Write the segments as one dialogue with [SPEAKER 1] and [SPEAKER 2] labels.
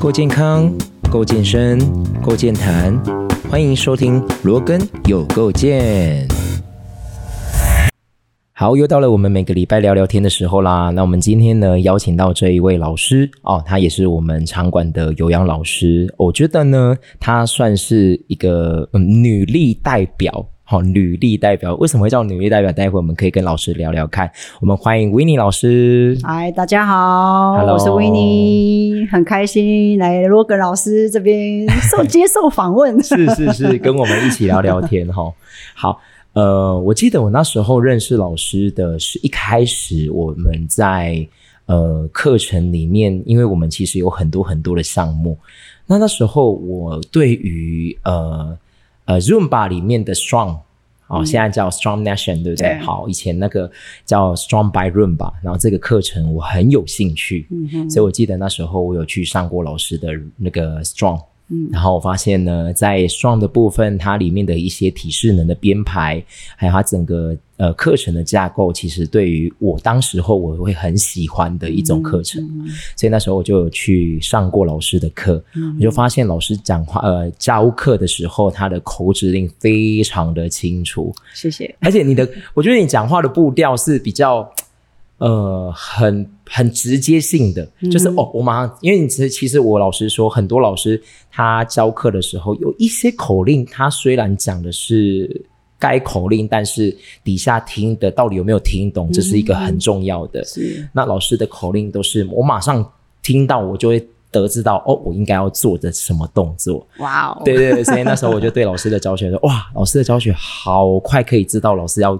[SPEAKER 1] 够健康，够健身，够健谈，欢迎收听罗根有够健。好，又到了我们每个礼拜聊聊天的时候啦。那我们今天呢，邀请到这一位老师哦，他也是我们场馆的有氧老师。我觉得呢，他算是一个、嗯、女力代表。好、哦，女力代表为什么会叫女力代表？待会我们可以跟老师聊聊看。我们欢迎维尼老师。
[SPEAKER 2] 嗨，大家好
[SPEAKER 1] Hello
[SPEAKER 2] 我是维尼，很开心来罗格老师 这边受接受访问。
[SPEAKER 1] 是是是，跟我们一起聊聊天哈、 好，呃，我记得我那时候认识老师的是一开始我们在呃课程里面，因为我们其实有很多很多的项目。那那时候我对于呃呃 Zumba 里面的 Strong。哦，
[SPEAKER 2] 嗯
[SPEAKER 1] 现在叫 Strong Nation，对不对？
[SPEAKER 2] 对
[SPEAKER 1] 好，以前那个叫 Strong by Room 吧，然后这个课程我很有兴趣，
[SPEAKER 2] 嗯哼
[SPEAKER 1] 所以我记得那时候我有去上过老师的那个 Strong，
[SPEAKER 2] 嗯
[SPEAKER 1] 然后我发现呢，在 Strong 的部分，它里面的一些体适能的编排，还有它整个呃课程的架构，其实对于我当时候我会很喜欢的一种课程，
[SPEAKER 2] 嗯
[SPEAKER 1] 所以那时候我就有去上过老师的课，
[SPEAKER 2] 嗯
[SPEAKER 1] 我就发现老师讲话呃教课的时候，他的口指令非常的清楚，
[SPEAKER 2] 谢谢。
[SPEAKER 1] 而且你的，我觉得你讲话的步调是比较，呃，很很直接性的，就是、
[SPEAKER 2] 嗯
[SPEAKER 1] 哦，我马上，因为你其实其实我老实说，很多老师他教课的时候有一些口令，他虽然讲的是该口令，但是底下听的到底有没有听懂，这是一个很重要的。
[SPEAKER 2] 是
[SPEAKER 1] 那老师的口令都是我马上听到，我就会得知到哦，我应该要做的什么动作。
[SPEAKER 2] 哇哦，
[SPEAKER 1] 对对对，所以那时候我就对老师的教学说， 哇，老师的教学好快，可以知道老师要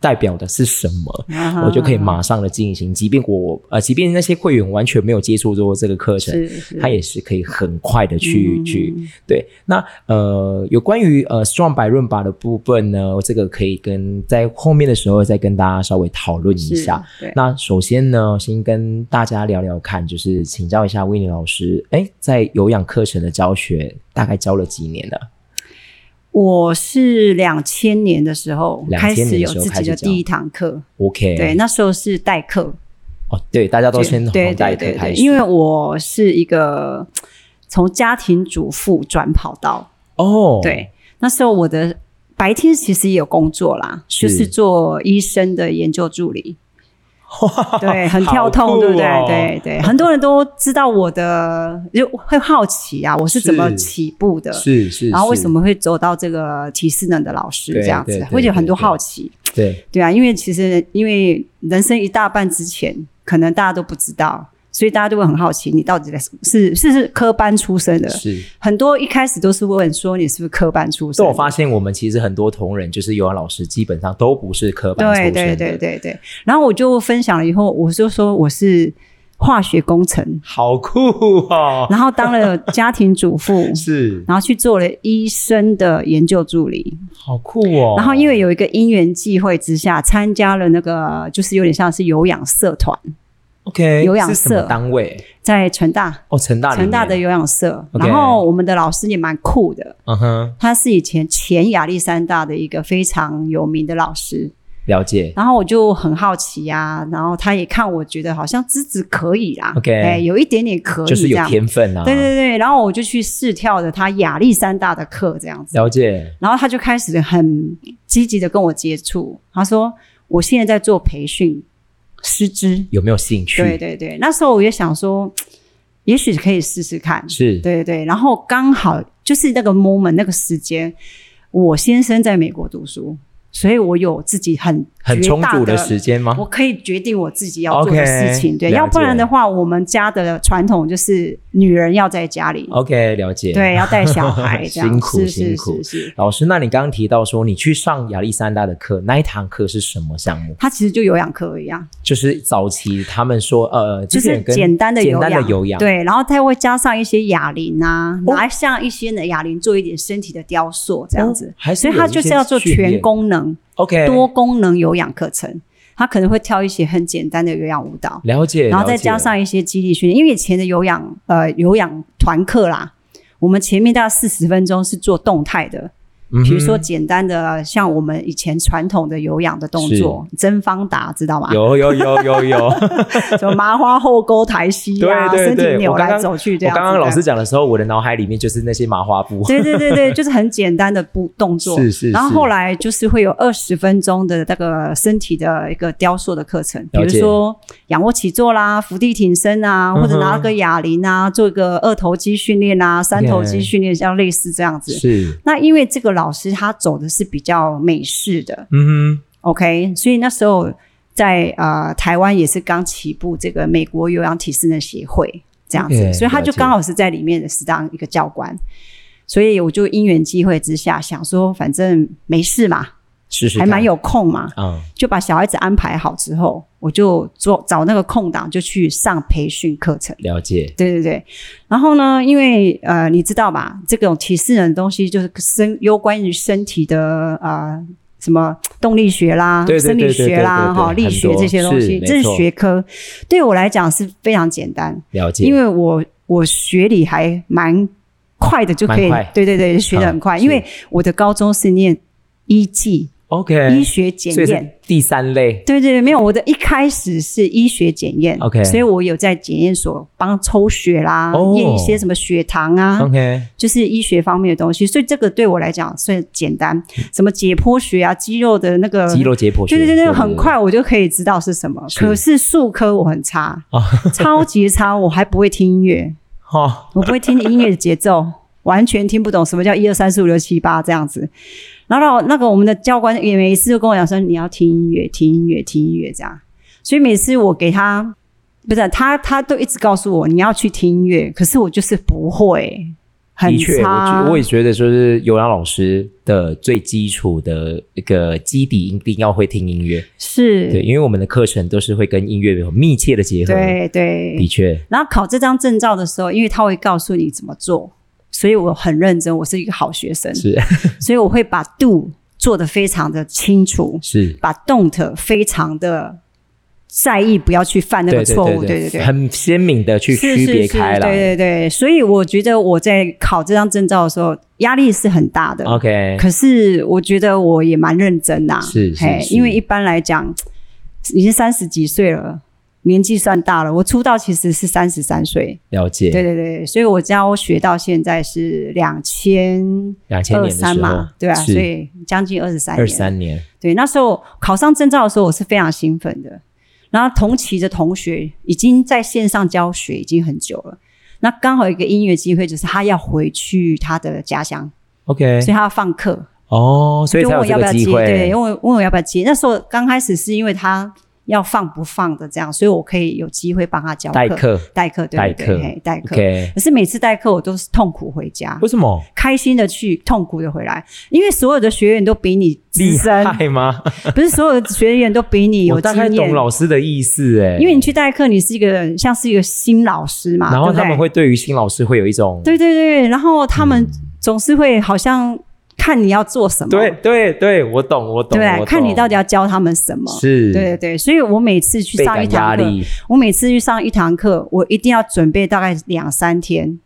[SPEAKER 1] 代表的是什么。
[SPEAKER 2] 啊哈，
[SPEAKER 1] 我就可以马上的进行，即便我呃，即便那些会员完全没有接触过这个课程，
[SPEAKER 2] 是是
[SPEAKER 1] 他也是可以很快的去、
[SPEAKER 2] 嗯
[SPEAKER 1] 去对。那呃，有关于呃 strong 百润吧的部分呢，这个可以跟在后面的时候再跟大家稍微讨论一
[SPEAKER 2] 是
[SPEAKER 1] 下。
[SPEAKER 2] 对，
[SPEAKER 1] 那首先呢，先跟大家聊聊看，就是请教一下威尼老师，哎，在有氧课程的教学大概教了几年了？
[SPEAKER 2] 我是两千年的时候
[SPEAKER 1] 2000
[SPEAKER 2] 开始
[SPEAKER 1] 年的
[SPEAKER 2] 有
[SPEAKER 1] 时候
[SPEAKER 2] 自
[SPEAKER 1] 开
[SPEAKER 2] 己
[SPEAKER 1] 始
[SPEAKER 2] 的
[SPEAKER 1] 教
[SPEAKER 2] 第一堂课，
[SPEAKER 1] ？OK，
[SPEAKER 2] 对，，那时候是代课，
[SPEAKER 1] 哦，对，大家都先
[SPEAKER 2] 对
[SPEAKER 1] 从代
[SPEAKER 2] 对
[SPEAKER 1] 课
[SPEAKER 2] 对
[SPEAKER 1] 开
[SPEAKER 2] 对，
[SPEAKER 1] 始，
[SPEAKER 2] 因为我是一个从家庭主妇转跑道。
[SPEAKER 1] 哦，
[SPEAKER 2] 对，那时候我的白天其实也有工作啦，
[SPEAKER 1] 是
[SPEAKER 2] 就是做医生的研究 助理。对，很跳
[SPEAKER 1] 好
[SPEAKER 2] 痛，
[SPEAKER 1] 酷
[SPEAKER 2] 对不对
[SPEAKER 1] 哦？
[SPEAKER 2] 对对，很多人都知道我的，就会好奇啊，我是怎么
[SPEAKER 1] 是
[SPEAKER 2] 起步的，
[SPEAKER 1] 是，是是，
[SPEAKER 2] 然后为什么会走到这个体适能的老师
[SPEAKER 1] 对
[SPEAKER 2] 这样子
[SPEAKER 1] 对，对
[SPEAKER 2] 会有很多
[SPEAKER 1] 对对
[SPEAKER 2] 好奇。
[SPEAKER 1] 对
[SPEAKER 2] 对啊，因为其实因为人生一大半之前，可能大家都不知道，所以大家都会很好奇，你到底在什是是是科班出身的，
[SPEAKER 1] 是？
[SPEAKER 2] 很多一开始都是问说你是不是科班出身
[SPEAKER 1] 所以
[SPEAKER 2] 的。
[SPEAKER 1] 我发现我们其实很多同仁，就是有氧老师，基本上都不是科班出
[SPEAKER 2] 对
[SPEAKER 1] 身的，
[SPEAKER 2] 对对，对对。然后我就分享了以后，我就说我是化学工程，
[SPEAKER 1] 好酷哦，，
[SPEAKER 2] 然后当了家庭主妇
[SPEAKER 1] 是，
[SPEAKER 2] 然后去做了医生的研究助理。
[SPEAKER 1] 好酷哦，
[SPEAKER 2] 然后因为有一个因缘际会之下，参加了那个就是有点像是有氧社团，
[SPEAKER 1] OK
[SPEAKER 2] 有氧
[SPEAKER 1] 是什么
[SPEAKER 2] 社
[SPEAKER 1] 单位？
[SPEAKER 2] 在成大
[SPEAKER 1] 哦，成大里
[SPEAKER 2] 成大的
[SPEAKER 1] 面，
[SPEAKER 2] 有氧社。
[SPEAKER 1] OK
[SPEAKER 2] 然后我们的老师也蛮酷的。
[SPEAKER 1] 嗯哼，
[SPEAKER 2] 他是以前前亚历山大的一个非常有名的老师，
[SPEAKER 1] 了解，
[SPEAKER 2] 然后我就很好奇呀、然后他也看我觉得好像资质可以啦
[SPEAKER 1] OK
[SPEAKER 2] 哎，有一点点可以
[SPEAKER 1] 就是
[SPEAKER 2] 这
[SPEAKER 1] 有
[SPEAKER 2] 样，
[SPEAKER 1] 天分啊，
[SPEAKER 2] 对对对，然后我就去试跳的他亚历山大的课这样子，
[SPEAKER 1] 了解，
[SPEAKER 2] 然后他就开始很积极的跟我接触，他说我现在在做培训师资，
[SPEAKER 1] 有没有兴趣？
[SPEAKER 2] 对对对，那时候我也想说，也许可以试试看，
[SPEAKER 1] 是，
[SPEAKER 2] 对对，然后刚好就是那个 moment 那个时间，我先生在美国读书，所以我有自己很
[SPEAKER 1] 很充足
[SPEAKER 2] 的
[SPEAKER 1] 的时间吗
[SPEAKER 2] 我？可以决定我自己要做的事情
[SPEAKER 1] OK，
[SPEAKER 2] 对，
[SPEAKER 1] 了解
[SPEAKER 2] 要不然的话，我们家的传统就是女人要在家里
[SPEAKER 1] OK，了解。，
[SPEAKER 2] 对，要带小孩， 这样
[SPEAKER 1] 辛苦
[SPEAKER 2] 是
[SPEAKER 1] 辛
[SPEAKER 2] 是
[SPEAKER 1] 苦
[SPEAKER 2] 是是。
[SPEAKER 1] 老师，那你刚刚提到说你去上亚历山大的课，那一堂课是什么项目？
[SPEAKER 2] 它其实就有氧课一样，
[SPEAKER 1] 就是早期他们说，呃，
[SPEAKER 2] 就
[SPEAKER 1] 之前
[SPEAKER 2] 是
[SPEAKER 1] 有跟
[SPEAKER 2] 简单的
[SPEAKER 1] 简
[SPEAKER 2] 有
[SPEAKER 1] 单
[SPEAKER 2] 氧，
[SPEAKER 1] 的有氧，，
[SPEAKER 2] 对，然后它会加上一些哑铃啊，
[SPEAKER 1] 哦
[SPEAKER 2] 拿像一些的哑铃做一点身体的雕塑这样子，
[SPEAKER 1] 哦还是
[SPEAKER 2] 所以它就是要做全
[SPEAKER 1] 功。
[SPEAKER 2] 功能、
[SPEAKER 1] OK，
[SPEAKER 2] 多功能有氧课程。它可能会跳一些很简单的有氧舞蹈，
[SPEAKER 1] 了解，
[SPEAKER 2] 然后再
[SPEAKER 1] 了解
[SPEAKER 2] 加上一些肌力训练，因为以前的有氧呃有氧团课啦，我们前面大概四十分钟是做动态的，
[SPEAKER 1] 嗯
[SPEAKER 2] 比如说
[SPEAKER 1] 哼
[SPEAKER 2] 简单的像我们以前传统的有氧的动作，针方打，知道吗？
[SPEAKER 1] 有有有有 有，
[SPEAKER 2] 什么麻花后勾抬膝 啊，
[SPEAKER 1] 对对对
[SPEAKER 2] 身体扭
[SPEAKER 1] 我刚
[SPEAKER 2] 来
[SPEAKER 1] 刚
[SPEAKER 2] 走去这
[SPEAKER 1] 我
[SPEAKER 2] 样子。
[SPEAKER 1] 刚刚老师
[SPEAKER 2] 对
[SPEAKER 1] 讲的时候，我的脑海里面就是那些麻花布，
[SPEAKER 2] 对对 对对，就是很简单的步动作。
[SPEAKER 1] 是是
[SPEAKER 2] 然后
[SPEAKER 1] 是
[SPEAKER 2] 后来就是会有二十分钟的那个身体的一个雕塑的课程，比
[SPEAKER 1] 了
[SPEAKER 2] 如
[SPEAKER 1] 解
[SPEAKER 2] 说仰卧起坐啦、伏地挺身啊，或者拿
[SPEAKER 1] 嗯哼
[SPEAKER 2] 个哑铃啊，做一个二头肌训练啊、三头肌
[SPEAKER 1] OK
[SPEAKER 2] 训练，像类似这样子。
[SPEAKER 1] 是，
[SPEAKER 2] 那因为这个老师他走的是比较美式的
[SPEAKER 1] 嗯
[SPEAKER 2] ，OK，所以那时候在呃台湾也是刚起步这个美国有氧体适能协会这样子
[SPEAKER 1] OK，
[SPEAKER 2] 所以他就
[SPEAKER 1] 了解
[SPEAKER 2] 刚好是在里面的是当一个教官，所以我就因缘机会之下想说，反正没事嘛，
[SPEAKER 1] 哼，是是，
[SPEAKER 2] 还蛮有空嘛，
[SPEAKER 1] 嗯，
[SPEAKER 2] 就把小孩子安排好之后，我就做找那个空档就去上培训课程。
[SPEAKER 1] 了解，
[SPEAKER 2] 对对对，然后呢，因为呃，你知道吧，这种体适能的东西就是身攸关于身体的呃什么动力学啦、
[SPEAKER 1] 对对
[SPEAKER 2] 生理
[SPEAKER 1] 对对
[SPEAKER 2] 学啦、
[SPEAKER 1] 对对对
[SPEAKER 2] 哈
[SPEAKER 1] 很
[SPEAKER 2] 力学
[SPEAKER 1] 多嗯
[SPEAKER 2] 这些东
[SPEAKER 1] 是
[SPEAKER 2] 西，
[SPEAKER 1] 没
[SPEAKER 2] 这是
[SPEAKER 1] 错
[SPEAKER 2] 学科。对我来讲是非常简单，
[SPEAKER 1] 了解，
[SPEAKER 2] 因为我我学理还蛮快的，就可以
[SPEAKER 1] 蛮快
[SPEAKER 2] 对对对，学的很快。
[SPEAKER 1] 嗯
[SPEAKER 2] 因为我的高中是念医技、
[SPEAKER 1] OK，
[SPEAKER 2] 医学检
[SPEAKER 1] 哎所以
[SPEAKER 2] 验，
[SPEAKER 1] 是第三类，
[SPEAKER 2] 对对对，没有，我的一开始是医学检验
[SPEAKER 1] OK
[SPEAKER 2] 所以我有在检验所帮抽血啦
[SPEAKER 1] 哦嗯
[SPEAKER 2] 验一些什么血糖啊
[SPEAKER 1] OK，
[SPEAKER 2] 就是医学方面的东西，所以这个对我来讲算简单，什么解剖学啊，肌肉的那个
[SPEAKER 1] 嗯肌肉解剖学，
[SPEAKER 2] 对对对，对很快我就可以知道是什么。
[SPEAKER 1] 是
[SPEAKER 2] 可是数科我很差，
[SPEAKER 1] 啊，
[SPEAKER 2] 超级差，我还不会听音乐，
[SPEAKER 1] 哦，
[SPEAKER 2] 我不会听音乐的节奏， 完全听不懂什么叫一二三四五六七八这样子。然后那个我们的教官也每一次都跟我讲说，你要听音乐，听音乐，听音乐这样。所以每次我给他，不是他，他都一直告诉我你要去听音乐，可是我就是不会，很
[SPEAKER 1] 的确，我
[SPEAKER 2] 差
[SPEAKER 1] 觉。我也觉得就是有氧老师的最基础的一个基底，一定要会听音乐，对，
[SPEAKER 2] 是，
[SPEAKER 1] 因为我们的课程都是会跟音乐有密切的结合，
[SPEAKER 2] 对
[SPEAKER 1] 的
[SPEAKER 2] 对。
[SPEAKER 1] 确，
[SPEAKER 2] 然后考这张证照的时候，因为他会告诉你怎么做，所以我很认真，我是一个好学生，
[SPEAKER 1] 是
[SPEAKER 2] 所以我会把 do 做得非常的清楚。
[SPEAKER 1] 是。
[SPEAKER 2] 把 don't 非常的在意，不要去犯那
[SPEAKER 1] 对
[SPEAKER 2] 个
[SPEAKER 1] 对
[SPEAKER 2] 错误。
[SPEAKER 1] 对
[SPEAKER 2] 对对
[SPEAKER 1] 很鲜明的去
[SPEAKER 2] 是
[SPEAKER 1] 区别
[SPEAKER 2] 是是
[SPEAKER 1] 开来。
[SPEAKER 2] 对对对，所以我觉得我在考这张证照的时候，压力是很大的。
[SPEAKER 1] OK，
[SPEAKER 2] 可是我觉得我也蛮认真呐、
[SPEAKER 1] 是是
[SPEAKER 2] 嘿
[SPEAKER 1] 是
[SPEAKER 2] 因为一般来讲，已经三十几岁了，年纪算大了。我出道其实是三十三岁，
[SPEAKER 1] 了解。
[SPEAKER 2] 对对对，所以我教学到现在是两千
[SPEAKER 1] 两千
[SPEAKER 2] 二
[SPEAKER 1] 年的时候
[SPEAKER 2] 三，嘛，对啊，
[SPEAKER 1] 是
[SPEAKER 2] 所以将近二十三
[SPEAKER 1] 二
[SPEAKER 2] 年，
[SPEAKER 1] 三年，
[SPEAKER 2] 对，那时候考上证照的时候，我是非常兴奋的。然后同期的同学已经在线上教学已经很久了，那刚好有一个音乐机会，就是他要回去他的家乡，
[SPEAKER 1] OK，
[SPEAKER 2] 所以他要放课，
[SPEAKER 1] 哦，所以
[SPEAKER 2] 就
[SPEAKER 1] 才
[SPEAKER 2] 问
[SPEAKER 1] 有
[SPEAKER 2] 我
[SPEAKER 1] 这个
[SPEAKER 2] 要不要
[SPEAKER 1] 机
[SPEAKER 2] 接，
[SPEAKER 1] 会，
[SPEAKER 2] 对，问我问我要不要接。那时候刚开始是因为他要放不放的这样，所以我可以有机会帮他教
[SPEAKER 1] 代课。
[SPEAKER 2] 代课，对
[SPEAKER 1] 代
[SPEAKER 2] 对对
[SPEAKER 1] 课
[SPEAKER 2] 嘿，代课。
[SPEAKER 1] OK，
[SPEAKER 2] 可是每次代课我都是痛苦回家，
[SPEAKER 1] 为什么
[SPEAKER 2] 开心的去，痛苦的回来，因为所有的学员都比你资
[SPEAKER 1] 厉
[SPEAKER 2] 深，
[SPEAKER 1] 害吗？
[SPEAKER 2] 不是所有的学员都比你有
[SPEAKER 1] 我大
[SPEAKER 2] 经
[SPEAKER 1] 概
[SPEAKER 2] 验
[SPEAKER 1] 懂，老师的意思哎，
[SPEAKER 2] 因为你去代课，你是一个像是一个新老师嘛，
[SPEAKER 1] 然后
[SPEAKER 2] 对不对
[SPEAKER 1] 他们会对于新老师会有一种
[SPEAKER 2] 对对对，然后他们总是会好像看你要做什么，
[SPEAKER 1] 对对对，我懂我懂
[SPEAKER 2] 对不，对，
[SPEAKER 1] 我
[SPEAKER 2] 看你
[SPEAKER 1] 懂
[SPEAKER 2] 到底要教他们什么，
[SPEAKER 1] 是
[SPEAKER 2] 对对对，所以我每次去
[SPEAKER 1] 倍
[SPEAKER 2] 上一
[SPEAKER 1] 感压
[SPEAKER 2] 堂课，
[SPEAKER 1] 力，
[SPEAKER 2] 我每次去上一堂课，我一定要准备大概两三天，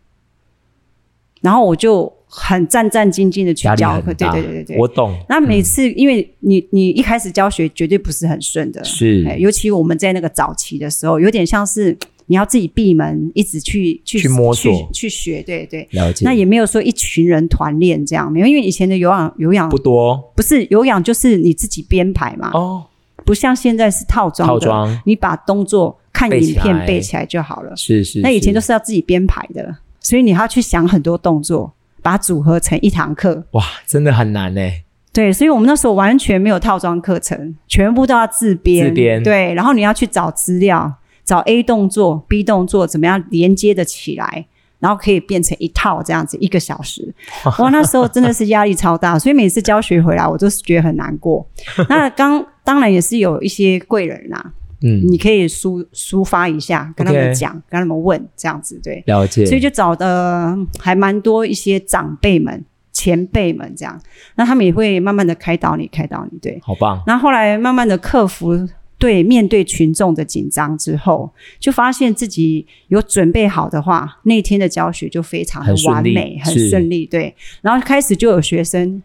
[SPEAKER 2] 然后我就很战战兢兢的去
[SPEAKER 1] 压力
[SPEAKER 2] 教课，
[SPEAKER 1] 很
[SPEAKER 2] 对
[SPEAKER 1] 大，
[SPEAKER 2] 对对对对，
[SPEAKER 1] 我懂，
[SPEAKER 2] 那每次，
[SPEAKER 1] 嗯
[SPEAKER 2] 因为你你一开始教学绝对不是很顺的，
[SPEAKER 1] 是
[SPEAKER 2] 哎尤其我们在那个早期的时候，有点像是你要自己闭门，一直去去
[SPEAKER 1] 去摸索
[SPEAKER 2] 去去学，对对。
[SPEAKER 1] 了解，
[SPEAKER 2] 那也没有说一群人团练这样，没有，因为以前的有氧有氧
[SPEAKER 1] 不多
[SPEAKER 2] 不是有氧，就是你自己编排嘛，
[SPEAKER 1] 哦，
[SPEAKER 2] 不像现在是套装的，
[SPEAKER 1] 套装
[SPEAKER 2] 你把动作看
[SPEAKER 1] 背
[SPEAKER 2] 影
[SPEAKER 1] 起
[SPEAKER 2] 片
[SPEAKER 1] 来
[SPEAKER 2] 背起来就好了。
[SPEAKER 1] 是是，
[SPEAKER 2] 那以前都
[SPEAKER 1] 是
[SPEAKER 2] 是要自己编排的，所以你还要去想很多动作，把它组合成一堂课。
[SPEAKER 1] 哇，真的很难哎，
[SPEAKER 2] 对，所以我们那时候完全没有套装课程，全部都要自编。
[SPEAKER 1] 自编
[SPEAKER 2] 对，然后你要去找资料，找 A 动作、B 动作怎么样连接的起来，然后可以变成一套这样子，一个小时。 哇，那时候真的是压力超大，所以每次教学回来，我都是觉得很难 过。那刚当然也是有一些贵人啦、
[SPEAKER 1] 嗯，
[SPEAKER 2] 你可以抒抒发一下，跟他们
[SPEAKER 1] OK
[SPEAKER 2] 讲跟他们问这样子，对。
[SPEAKER 1] 了解，
[SPEAKER 2] 所以就找的还蛮多一些长辈们、前辈们这样，那他们也会慢慢的开导你，开导你。对，
[SPEAKER 1] 好棒，
[SPEAKER 2] 然后后来慢慢的克服对面对群众的紧张之后，就发现自己有准备好的话，那天的教学就非常的
[SPEAKER 1] 很顺
[SPEAKER 2] 完
[SPEAKER 1] 利
[SPEAKER 2] 美，很
[SPEAKER 1] 是
[SPEAKER 2] 顺利。对，然后开始就有学生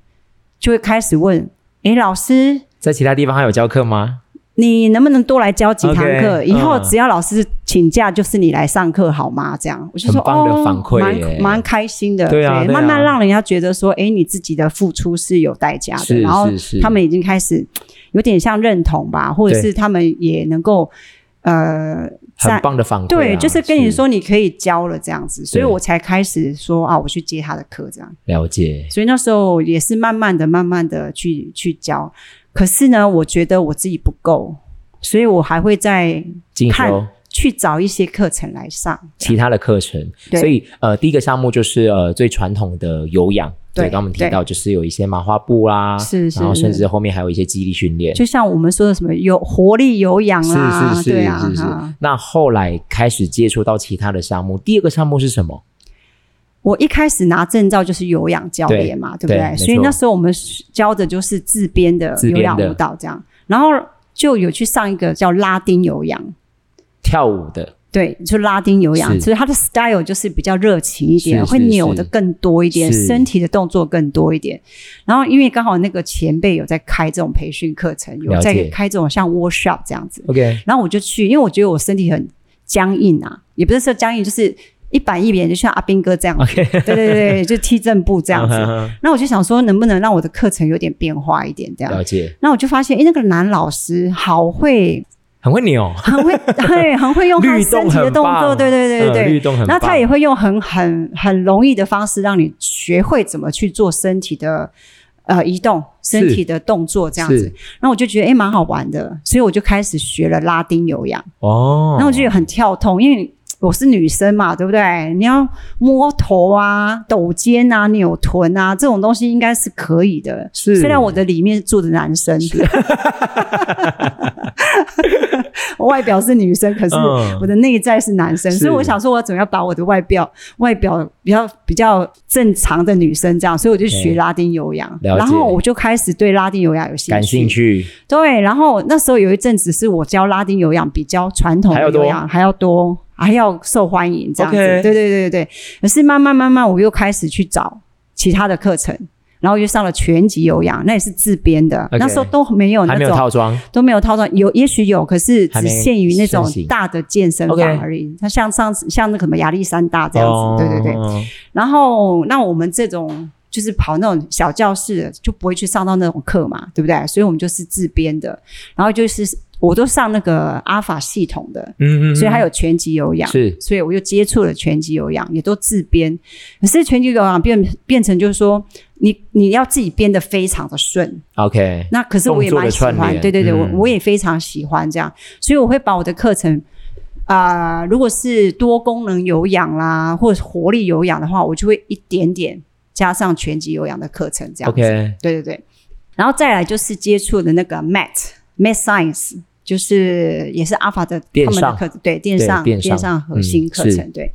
[SPEAKER 2] 就会开始问：“诶，老师，
[SPEAKER 1] 在其他地方还有教课吗？
[SPEAKER 2] 你能不能多来教几堂课
[SPEAKER 1] OK，
[SPEAKER 2] 以后
[SPEAKER 1] 嗯
[SPEAKER 2] 只要老师请假，就是你来上课好吗？”这样我就说：“
[SPEAKER 1] 很棒的
[SPEAKER 2] 哦
[SPEAKER 1] 反馈耶
[SPEAKER 2] 蛮蛮开心的。
[SPEAKER 1] 对啊对啊
[SPEAKER 2] 慢慢让人家觉得说：“诶，你自己的付出是有代价的。”
[SPEAKER 1] 是
[SPEAKER 2] 啊然后
[SPEAKER 1] 是是
[SPEAKER 2] 他们已经开始有点像认同吧，或者
[SPEAKER 1] 对
[SPEAKER 2] 是他们也能够呃
[SPEAKER 1] 很
[SPEAKER 2] 在
[SPEAKER 1] 棒的反馈、啊。
[SPEAKER 2] 对，就是跟你说你可以教了这样子，所以
[SPEAKER 1] 对
[SPEAKER 2] 我才开始说啊，我去接他的课这样。
[SPEAKER 1] 了解，
[SPEAKER 2] 所以那时候也是慢慢的、慢慢的去去教。可是呢，我觉得我自己不够，所以我还会再
[SPEAKER 1] 进修
[SPEAKER 2] 看去找一些课程来上。
[SPEAKER 1] 其他的课程。
[SPEAKER 2] 对
[SPEAKER 1] 所以呃，第一个项目就是呃最传统的有氧，
[SPEAKER 2] 对
[SPEAKER 1] 刚刚我们提
[SPEAKER 2] 对
[SPEAKER 1] 到就是有一些麻花步啦、
[SPEAKER 2] 是是
[SPEAKER 1] 然后甚
[SPEAKER 2] 是
[SPEAKER 1] 至后面还有一些肌力训练。
[SPEAKER 2] 就像我们说的什么有活力有氧啦，
[SPEAKER 1] 是是
[SPEAKER 2] 对
[SPEAKER 1] 是
[SPEAKER 2] 啊，
[SPEAKER 1] 是是
[SPEAKER 2] 哈。
[SPEAKER 1] 那后来开始接触到其他的项目，第二个项目是什么？
[SPEAKER 2] 我一开始拿证照就是有氧教练嘛，
[SPEAKER 1] 对
[SPEAKER 2] 对不
[SPEAKER 1] 对没
[SPEAKER 2] 对？
[SPEAKER 1] 错
[SPEAKER 2] 所以那时候我们教的就是自编的
[SPEAKER 1] 自
[SPEAKER 2] 有
[SPEAKER 1] 编
[SPEAKER 2] 氧
[SPEAKER 1] 的
[SPEAKER 2] 舞蹈这样，然后就有去上一个叫拉丁有氧。
[SPEAKER 1] 跳舞的，
[SPEAKER 2] 对，就拉丁有氧，
[SPEAKER 1] 是
[SPEAKER 2] 所以他的 style 就是比较热情一点，
[SPEAKER 1] 是是
[SPEAKER 2] 会扭的更多一点，
[SPEAKER 1] 是
[SPEAKER 2] 身体的动作更多一点。然后因为刚好那个前辈有在开这种培训课程，有
[SPEAKER 1] 了
[SPEAKER 2] 在
[SPEAKER 1] 解
[SPEAKER 2] 开这种像 workshop 这样子，
[SPEAKER 1] OK，
[SPEAKER 2] 然后我就去，因为我觉得我身体很僵硬啊，也不是说僵硬，就是一板一眼，就像阿斌哥这样子
[SPEAKER 1] OK
[SPEAKER 2] 对对对，就踢正步这
[SPEAKER 1] 嗯
[SPEAKER 2] 样子。那我就想说，能不能让我的课程有点变化一点这样
[SPEAKER 1] 了？解，
[SPEAKER 2] 那我就发现，诶，那个男老师好会
[SPEAKER 1] 很会扭，
[SPEAKER 2] 很会， 对，很会用 他
[SPEAKER 1] 律
[SPEAKER 2] 身
[SPEAKER 1] 动
[SPEAKER 2] 体的
[SPEAKER 1] 很
[SPEAKER 2] 动作，
[SPEAKER 1] 棒，
[SPEAKER 2] 对对对
[SPEAKER 1] 嗯
[SPEAKER 2] 对
[SPEAKER 1] 律
[SPEAKER 2] 对。
[SPEAKER 1] 动很棒。
[SPEAKER 2] 那他也会用很很很容易的方式，让你学会怎么去做身体的呃移动、身体的动作这样
[SPEAKER 1] 是
[SPEAKER 2] 子。然后我就觉得诶蛮好玩的，所以我就开始学了拉丁有氧。
[SPEAKER 1] 哦，
[SPEAKER 2] 然后我就很跳痛，因为我是女生嘛，对不对？你要摸头啊、抖肩啊、扭臀啊这种东西应该是可以的。
[SPEAKER 1] 是
[SPEAKER 2] 虽然我的里面住的男生， 我外表是女生，可是
[SPEAKER 1] 嗯
[SPEAKER 2] 我的内在是男生，
[SPEAKER 1] 是
[SPEAKER 2] 所以我想说，我怎么样把我的外表外表比较比较正常的女生这样，所以我就学
[SPEAKER 1] OK
[SPEAKER 2] 拉丁有氧，
[SPEAKER 1] 了解
[SPEAKER 2] 然后我就开始对拉丁有氧有兴趣，
[SPEAKER 1] 感兴趣，
[SPEAKER 2] 对，然后那时候有一阵子是我教拉丁有氧比较传统
[SPEAKER 1] 还
[SPEAKER 2] 的
[SPEAKER 1] 要多
[SPEAKER 2] 有氧还要多，还要受欢迎这样子。
[SPEAKER 1] OK
[SPEAKER 2] 对对对对对。可是慢慢慢慢，我又开始去找其他的课程，然后又上了拳击有氧，那也是自编的
[SPEAKER 1] OK
[SPEAKER 2] 那时候都没有那
[SPEAKER 1] 还没有
[SPEAKER 2] 种
[SPEAKER 1] 套装，
[SPEAKER 2] 都没有套装，有也许有，可是
[SPEAKER 1] 还
[SPEAKER 2] 只
[SPEAKER 1] 没
[SPEAKER 2] 限于那种
[SPEAKER 1] 盛行
[SPEAKER 2] 大的健身
[SPEAKER 1] ，OK
[SPEAKER 2] 房而已。它像上次像那个什么亚历山大这样子，对对对。
[SPEAKER 1] 哦
[SPEAKER 2] 然后，那我们这种就是跑那种小教室的，就不会去上到那种课嘛，对不对？所以我们就是自编的，然后就是我都上那个阿法系统的，
[SPEAKER 1] 嗯嗯，
[SPEAKER 2] 所以还
[SPEAKER 1] 有
[SPEAKER 2] 有拳击有氧，
[SPEAKER 1] 是
[SPEAKER 2] 所以我又接触了拳击有氧，也都自编。可是拳击有氧变变成就是说，你你要自己编的非常的顺，
[SPEAKER 1] OK，
[SPEAKER 2] 那可是我也蛮
[SPEAKER 1] 动
[SPEAKER 2] 喜
[SPEAKER 1] 作的串
[SPEAKER 2] 欢，
[SPEAKER 1] 联
[SPEAKER 2] 对对对，
[SPEAKER 1] 嗯
[SPEAKER 2] 我我也非常喜欢这样，所以我会把我的课程啊、如果是多功能有氧啦，或者是活力有氧的话，我就会一点点加上拳击有氧的课程这样子。
[SPEAKER 1] OK
[SPEAKER 2] 对对对，然后再来就是接触的那个 Mat Mat Science，就是也是阿法的
[SPEAKER 1] 电
[SPEAKER 2] 他们的
[SPEAKER 1] 商
[SPEAKER 2] 课程，对电
[SPEAKER 1] 对
[SPEAKER 2] 商
[SPEAKER 1] 电商
[SPEAKER 2] 核心
[SPEAKER 1] 嗯
[SPEAKER 2] 课程、对。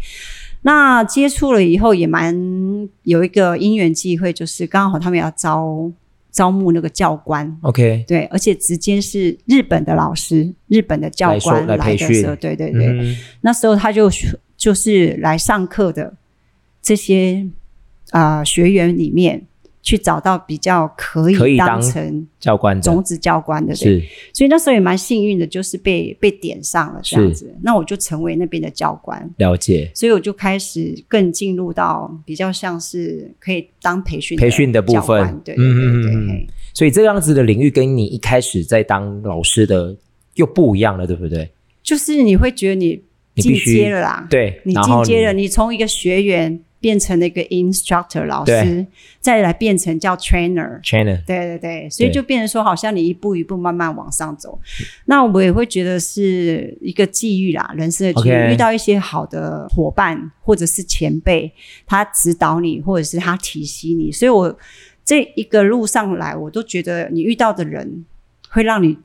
[SPEAKER 2] 那接触了以后也蛮有一个因缘际会，就是刚好他们要招招募那个教官，
[SPEAKER 1] OK，
[SPEAKER 2] 对，而且直接是日本的老师、日本的教
[SPEAKER 1] 来授
[SPEAKER 2] 官
[SPEAKER 1] 来培
[SPEAKER 2] 的时候，
[SPEAKER 1] 训
[SPEAKER 2] 对对对，
[SPEAKER 1] 嗯，
[SPEAKER 2] 那时候他就就是来上课的这些啊、呃学员里面去找到比较可
[SPEAKER 1] 可以
[SPEAKER 2] 以
[SPEAKER 1] 当
[SPEAKER 2] 当成
[SPEAKER 1] 教官的
[SPEAKER 2] 种子教官的，对。
[SPEAKER 1] 是
[SPEAKER 2] 所以那时候也蛮幸运的，就是被被点上了这样子，那我就成为那边的教官。
[SPEAKER 1] 了解。
[SPEAKER 2] 所以我就开始更进入到比较像是可以当培训
[SPEAKER 1] 培训的部
[SPEAKER 2] 教官
[SPEAKER 1] 分
[SPEAKER 2] 对对对
[SPEAKER 1] 嗯
[SPEAKER 2] 对，
[SPEAKER 1] 嗯嗯嗯
[SPEAKER 2] 嘿
[SPEAKER 1] 所以这样子的领域跟你一开始在当老师的又不一样了，对不对？
[SPEAKER 2] 就是你会觉得你
[SPEAKER 1] 你
[SPEAKER 2] 进
[SPEAKER 1] 必须
[SPEAKER 2] 阶了啦，
[SPEAKER 1] 对，
[SPEAKER 2] 你
[SPEAKER 1] 然后
[SPEAKER 2] 进阶了，你从一个学员变成了一个 instructor 老
[SPEAKER 1] 对
[SPEAKER 2] 师，再来变成叫 trainer。
[SPEAKER 1] China
[SPEAKER 2] 对对对，所以
[SPEAKER 1] 对
[SPEAKER 2] 就变成说，好像你一步一步慢慢往上走。那我也会觉得是一个际遇啦，人生的际遇
[SPEAKER 1] OK
[SPEAKER 2] 遇到一些好的伙伴或者是前辈，他指导你，或者是他提携你。所以我这一个路上来，我都觉得你遇到的人会让你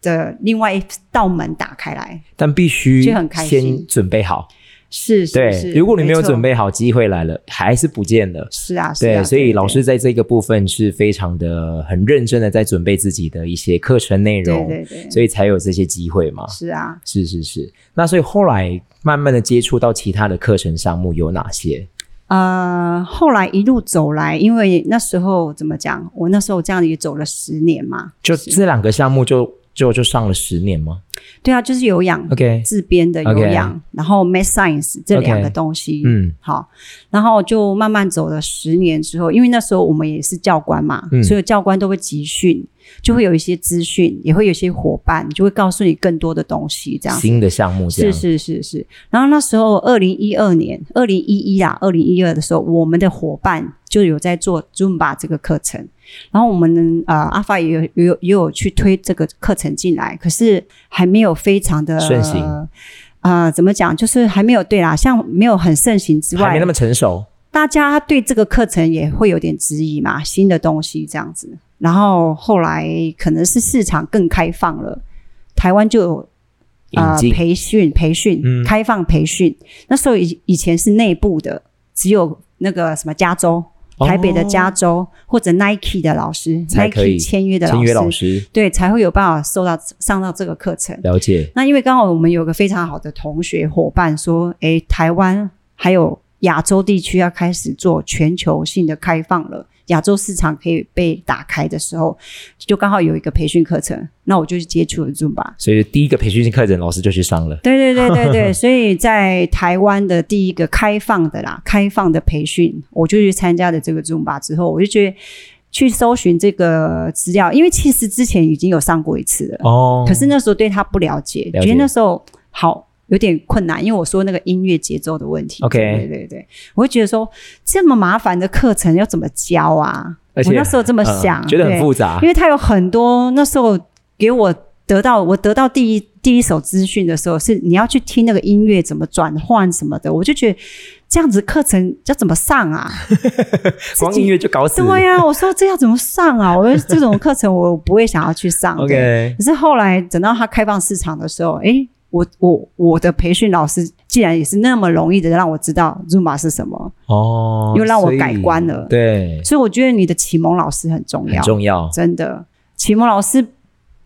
[SPEAKER 2] 的另外一道门打开来。
[SPEAKER 1] 但必须
[SPEAKER 2] 就很开心
[SPEAKER 1] 先准备好。
[SPEAKER 2] 是是
[SPEAKER 1] 对，
[SPEAKER 2] 是，
[SPEAKER 1] 如果你没有
[SPEAKER 2] 错
[SPEAKER 1] 准，备好，机会来了还是不见了。
[SPEAKER 2] 是啊，是啊
[SPEAKER 1] 对，所以老。
[SPEAKER 2] 对
[SPEAKER 1] 师在这个部分是非常的很认真的在准备自己的一些课程内
[SPEAKER 2] 对
[SPEAKER 1] 容，
[SPEAKER 2] 对对，
[SPEAKER 1] 所以才有这些机会嘛。
[SPEAKER 2] 是啊，
[SPEAKER 1] 是是是，那所以后来慢慢的接触到其他的课程项目有哪些？
[SPEAKER 2] 呃，后来一路走来，因为那时候怎么讲，我那时候这样也走了十年嘛，
[SPEAKER 1] 就这两个项目就就就上了十年吗
[SPEAKER 2] 对啊，就是有氧
[SPEAKER 1] ？OK，
[SPEAKER 2] 自编的有
[SPEAKER 1] OK
[SPEAKER 2] 氧然后 Math Science 这两
[SPEAKER 1] OK
[SPEAKER 2] 个东西
[SPEAKER 1] 嗯
[SPEAKER 2] 好，然后就慢慢走了十年之后，因为那时候我们也是教官嘛，
[SPEAKER 1] 嗯
[SPEAKER 2] 所以教官都会集训，就会有一些资讯，也会有一些伙伴，就会告诉你更多的东西，这样
[SPEAKER 1] 新的项目这
[SPEAKER 2] 是
[SPEAKER 1] 样
[SPEAKER 2] 是是是。然后那时候二零一二年、二零一一啊、二零一二的时候，我们的伙伴就有在做 Zumba 这个课程，然后我们呃阿发也有也有也有去推这个课程进来，可是还没有非常的
[SPEAKER 1] 盛行。
[SPEAKER 2] 啊、怎么讲？就是还没有对啦，像没有很盛行之
[SPEAKER 1] 还
[SPEAKER 2] 外
[SPEAKER 1] 没那，么成熟。
[SPEAKER 2] 大家对这个课程也会有点质疑嘛，新的东西这样子。然后后来可能是市场更开放了，台湾就有
[SPEAKER 1] 引进
[SPEAKER 2] 啊培训培训、
[SPEAKER 1] 嗯
[SPEAKER 2] 开放培训。那时候以以前是内部的，只有那个什么加州、
[SPEAKER 1] 哦
[SPEAKER 2] 台北的加州、或者 Nike 的老师
[SPEAKER 1] 才可以
[SPEAKER 2] ，Nike 签约的
[SPEAKER 1] 签约老
[SPEAKER 2] 师
[SPEAKER 1] 师
[SPEAKER 2] 对，才会有办法受到上到这个课程。
[SPEAKER 1] 了解，
[SPEAKER 2] 那因为刚好我们有个非常好的同学伙伴说，诶，台湾还有亚洲地区要开始做全球性的开放了，亚洲市场可以被打开的时候，就刚好有一个培训课程，那我就去接触了 Zumba。
[SPEAKER 1] 所以第一个培训课程老师就去上了。
[SPEAKER 2] 对对对对 对，所以在台湾的第一个开放的啦，开放的培训，我就去参加了这个 Zumba 之后，我就觉得去搜寻这个资料，因为其实之前已经有上过一次了。
[SPEAKER 1] 哦，
[SPEAKER 2] 可是那时候对他不了解，
[SPEAKER 1] 了解
[SPEAKER 2] 觉得那时候好有点困难，因为我说那个音乐节奏的问题。
[SPEAKER 1] OK
[SPEAKER 2] 对对对，我会觉得说这么麻烦的课程要怎么教啊？
[SPEAKER 1] 而且
[SPEAKER 2] 我那时候这么
[SPEAKER 1] 嗯
[SPEAKER 2] 想，
[SPEAKER 1] 觉得很
[SPEAKER 2] 对
[SPEAKER 1] 复杂
[SPEAKER 2] 因。为他有很多那时候给我得到我得到第一第一手资讯的时候，是你要去听那个音乐怎么转换什么的，我就觉得这样子课程要怎么上 啊？
[SPEAKER 1] 光音乐就搞死。
[SPEAKER 2] 对呀、啊我说这要怎么上啊？我说这种课程我不会想要去上。对
[SPEAKER 1] OK，
[SPEAKER 2] 可是后来等到它开放市场的时候，诶，我我我的培训老师竟然也是那么容易的让我知道 Zumba 是什么，
[SPEAKER 1] 哦，
[SPEAKER 2] 又让我
[SPEAKER 1] 所以
[SPEAKER 2] 改观了
[SPEAKER 1] 对，
[SPEAKER 2] 所以我觉得你的启蒙老师很重
[SPEAKER 1] 很
[SPEAKER 2] 要，
[SPEAKER 1] 重要，
[SPEAKER 2] 真的，启蒙老师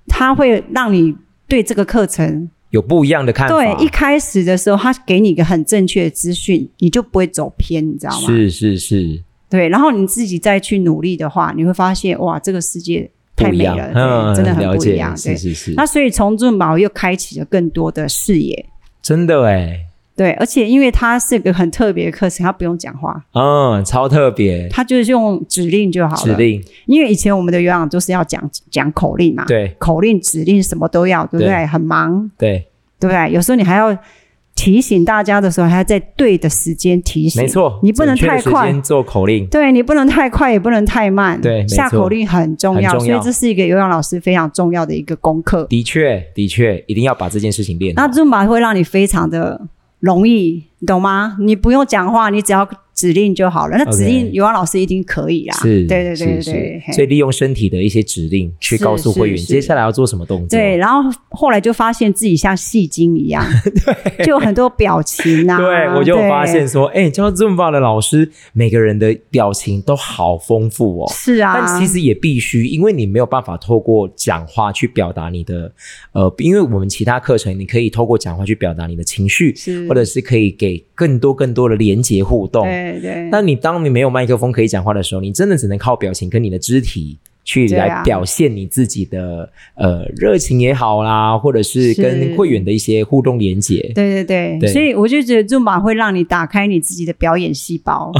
[SPEAKER 2] 他会让你。对这个课程，
[SPEAKER 1] 有不一样的看法。
[SPEAKER 2] 对一开始的时候，他给你一个很正确的资讯，你就不会走偏，你知道吗？
[SPEAKER 1] 是是是，
[SPEAKER 2] 对，然后你自己再去努力的话，你会发现哇，这个世界太
[SPEAKER 1] 不一
[SPEAKER 2] 美
[SPEAKER 1] 样嗯
[SPEAKER 2] 了，对，真的很
[SPEAKER 1] 了
[SPEAKER 2] 不
[SPEAKER 1] 解
[SPEAKER 2] 一样。对
[SPEAKER 1] 是，是是，
[SPEAKER 2] 那所以从润毛又开启了更多的视野。
[SPEAKER 1] 真的哎，
[SPEAKER 2] 对，而且因为它是个很特别的课程，它不用讲话，
[SPEAKER 1] 嗯，超特别，
[SPEAKER 2] 它就是用指令就好了。
[SPEAKER 1] 指，令
[SPEAKER 2] 因为以前我们的有氧就是要讲讲口令嘛，，
[SPEAKER 1] 对
[SPEAKER 2] 口令、指令什么都要，对不对？
[SPEAKER 1] 对
[SPEAKER 2] 很忙，
[SPEAKER 1] 对，
[SPEAKER 2] 对不对？有时候你还要提醒大家的时候，还要在对的时间提醒。
[SPEAKER 1] 没错，
[SPEAKER 2] 你不能太
[SPEAKER 1] 准确的时
[SPEAKER 2] 快
[SPEAKER 1] 间，做口令，
[SPEAKER 2] 对你不能太快，也不能太慢。
[SPEAKER 1] 对没错
[SPEAKER 2] 下口令很重要，
[SPEAKER 1] 很重
[SPEAKER 2] 所
[SPEAKER 1] 要
[SPEAKER 2] 以这是一个有氧老师非常重要的一个功课。
[SPEAKER 1] 的确的确，一定要把这件事情练好。
[SPEAKER 2] 那 Zumba 会让你非常的容易，你懂吗？你不用讲话，你只要指令就好了。那
[SPEAKER 1] OK
[SPEAKER 2] 指令有氧老师一定可以啦。
[SPEAKER 1] 是，
[SPEAKER 2] 对对对
[SPEAKER 1] 是
[SPEAKER 2] 对
[SPEAKER 1] 是
[SPEAKER 2] 嘿
[SPEAKER 1] 所以利用身体的一些指令去
[SPEAKER 2] 是
[SPEAKER 1] 告诉
[SPEAKER 2] 是
[SPEAKER 1] 会员
[SPEAKER 2] 是
[SPEAKER 1] 接下来要做什么动作。
[SPEAKER 2] 对，然后后来就发现自己像戏精 一样，就有很多表情啊。
[SPEAKER 1] 对，我就有
[SPEAKER 2] 对
[SPEAKER 1] 发现说，哎、教 Zumba 的老师，每个人的表情都好丰富哦。
[SPEAKER 2] 是啊，
[SPEAKER 1] 但其实也必须，因为你没有办法透过讲话去表达你的，呃，因为我们其他课程你可以透过讲话去表达你的情绪，
[SPEAKER 2] 是
[SPEAKER 1] 或者是可以给更多更多的连接互动。
[SPEAKER 2] 对对，
[SPEAKER 1] 那你当你没有麦克风可以讲话的时候，你真的只能靠表情跟你的肢体去
[SPEAKER 2] 对啊
[SPEAKER 1] 来表现你自己的、呃热情也好啦，或者是
[SPEAKER 2] 是
[SPEAKER 1] 跟会员的一些互动连接。
[SPEAKER 2] 对对
[SPEAKER 1] 对
[SPEAKER 2] 对，所以我就觉得 Zumba 会让你打开你自己的表演细 胞，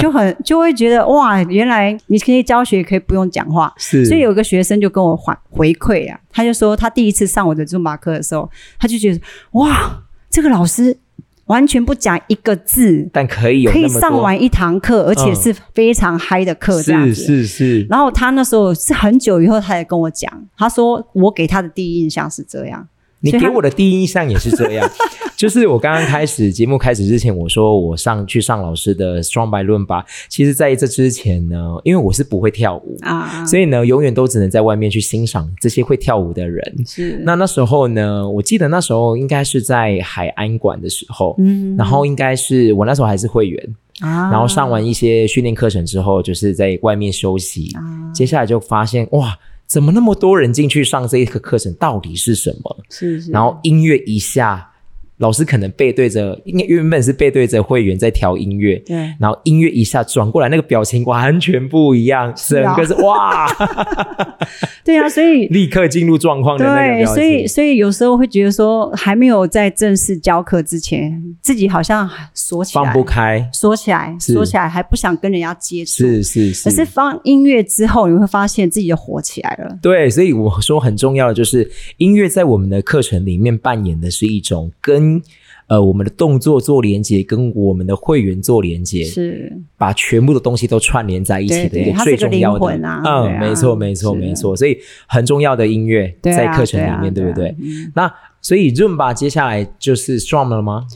[SPEAKER 2] 就很就会觉得哇，原来你可以教学，可以不用讲话。
[SPEAKER 1] 是，
[SPEAKER 2] 所以有个学生就跟我反回馈啊，他就说他第一次上我的 Zumba 课的时候，他就觉得哇，这个老师完全不讲一个字，
[SPEAKER 1] 但可以有
[SPEAKER 2] 可以
[SPEAKER 1] 那么
[SPEAKER 2] 上
[SPEAKER 1] 多，
[SPEAKER 2] 完一堂课，而且
[SPEAKER 1] 嗯
[SPEAKER 2] 是非常嗨的课这样
[SPEAKER 1] 是
[SPEAKER 2] 子。
[SPEAKER 1] 是是，
[SPEAKER 2] 然后他那时候是很久以后，他才跟我讲，他说我给他的第一印象是这样，
[SPEAKER 1] 你
[SPEAKER 2] 所以
[SPEAKER 1] 给
[SPEAKER 2] 他
[SPEAKER 1] 我的第一印象也是这样， 就是我刚刚开始节目开始之前，我说我上去上老师的 Strong by 论吧。其实在这之前呢，因为我是不会跳舞，
[SPEAKER 2] 啊，
[SPEAKER 1] 所以呢，永远都只能在外面去欣赏这些会跳舞的人。
[SPEAKER 2] 是
[SPEAKER 1] 那那时候呢，我记得那时候应该是在海安馆的时候，
[SPEAKER 2] 嗯
[SPEAKER 1] 然后应该是我那时候还是会员，
[SPEAKER 2] 啊
[SPEAKER 1] 然后上完一些训练课程之后，就是在外面休息。
[SPEAKER 2] 啊
[SPEAKER 1] 接下来就发现哇，怎么那么多人进去上这一个课程？到底是什么？
[SPEAKER 2] 是是，
[SPEAKER 1] 然后音乐一下，老师可能背对着，因为原本是背对着会员在调音乐，
[SPEAKER 2] 对，
[SPEAKER 1] 然后音乐一下转过来，那个表情完全不一样，整
[SPEAKER 2] 啊
[SPEAKER 1] 个是 哇，
[SPEAKER 2] 对啊，所以
[SPEAKER 1] 立刻进入状况的那个
[SPEAKER 2] 对，
[SPEAKER 1] 表
[SPEAKER 2] 所以
[SPEAKER 1] 情。
[SPEAKER 2] 所以有时候会觉得说，还没有在正式教课之前，自己好像锁起
[SPEAKER 1] 放
[SPEAKER 2] 来
[SPEAKER 1] 不，开，
[SPEAKER 2] 锁起来，
[SPEAKER 1] 是
[SPEAKER 2] 锁起来，还不想跟人家接触。
[SPEAKER 1] 是是
[SPEAKER 2] 可是放音乐之后，你会发现自己就火起来了。
[SPEAKER 1] 对，所以我说很重要的就是音乐在我们的课程里面扮演的是一种跟呃我们的动作做连接，跟我们的会员做连接，
[SPEAKER 2] 是，
[SPEAKER 1] 把全部的东西都串联在一起的
[SPEAKER 2] 对
[SPEAKER 1] 一
[SPEAKER 2] 对它是
[SPEAKER 1] 最
[SPEAKER 2] 一个
[SPEAKER 1] 重要的。
[SPEAKER 2] 灵魂啊
[SPEAKER 1] 嗯，
[SPEAKER 2] 对啊
[SPEAKER 1] 没错，没错，
[SPEAKER 2] 是
[SPEAKER 1] 没错。所以很重要的音乐
[SPEAKER 2] 对啊
[SPEAKER 1] 在课程里面，
[SPEAKER 2] 对啊
[SPEAKER 1] 不对？
[SPEAKER 2] 对啊嗯
[SPEAKER 1] 那所以 Zoom 吧，接下来就是 Strum 了吗？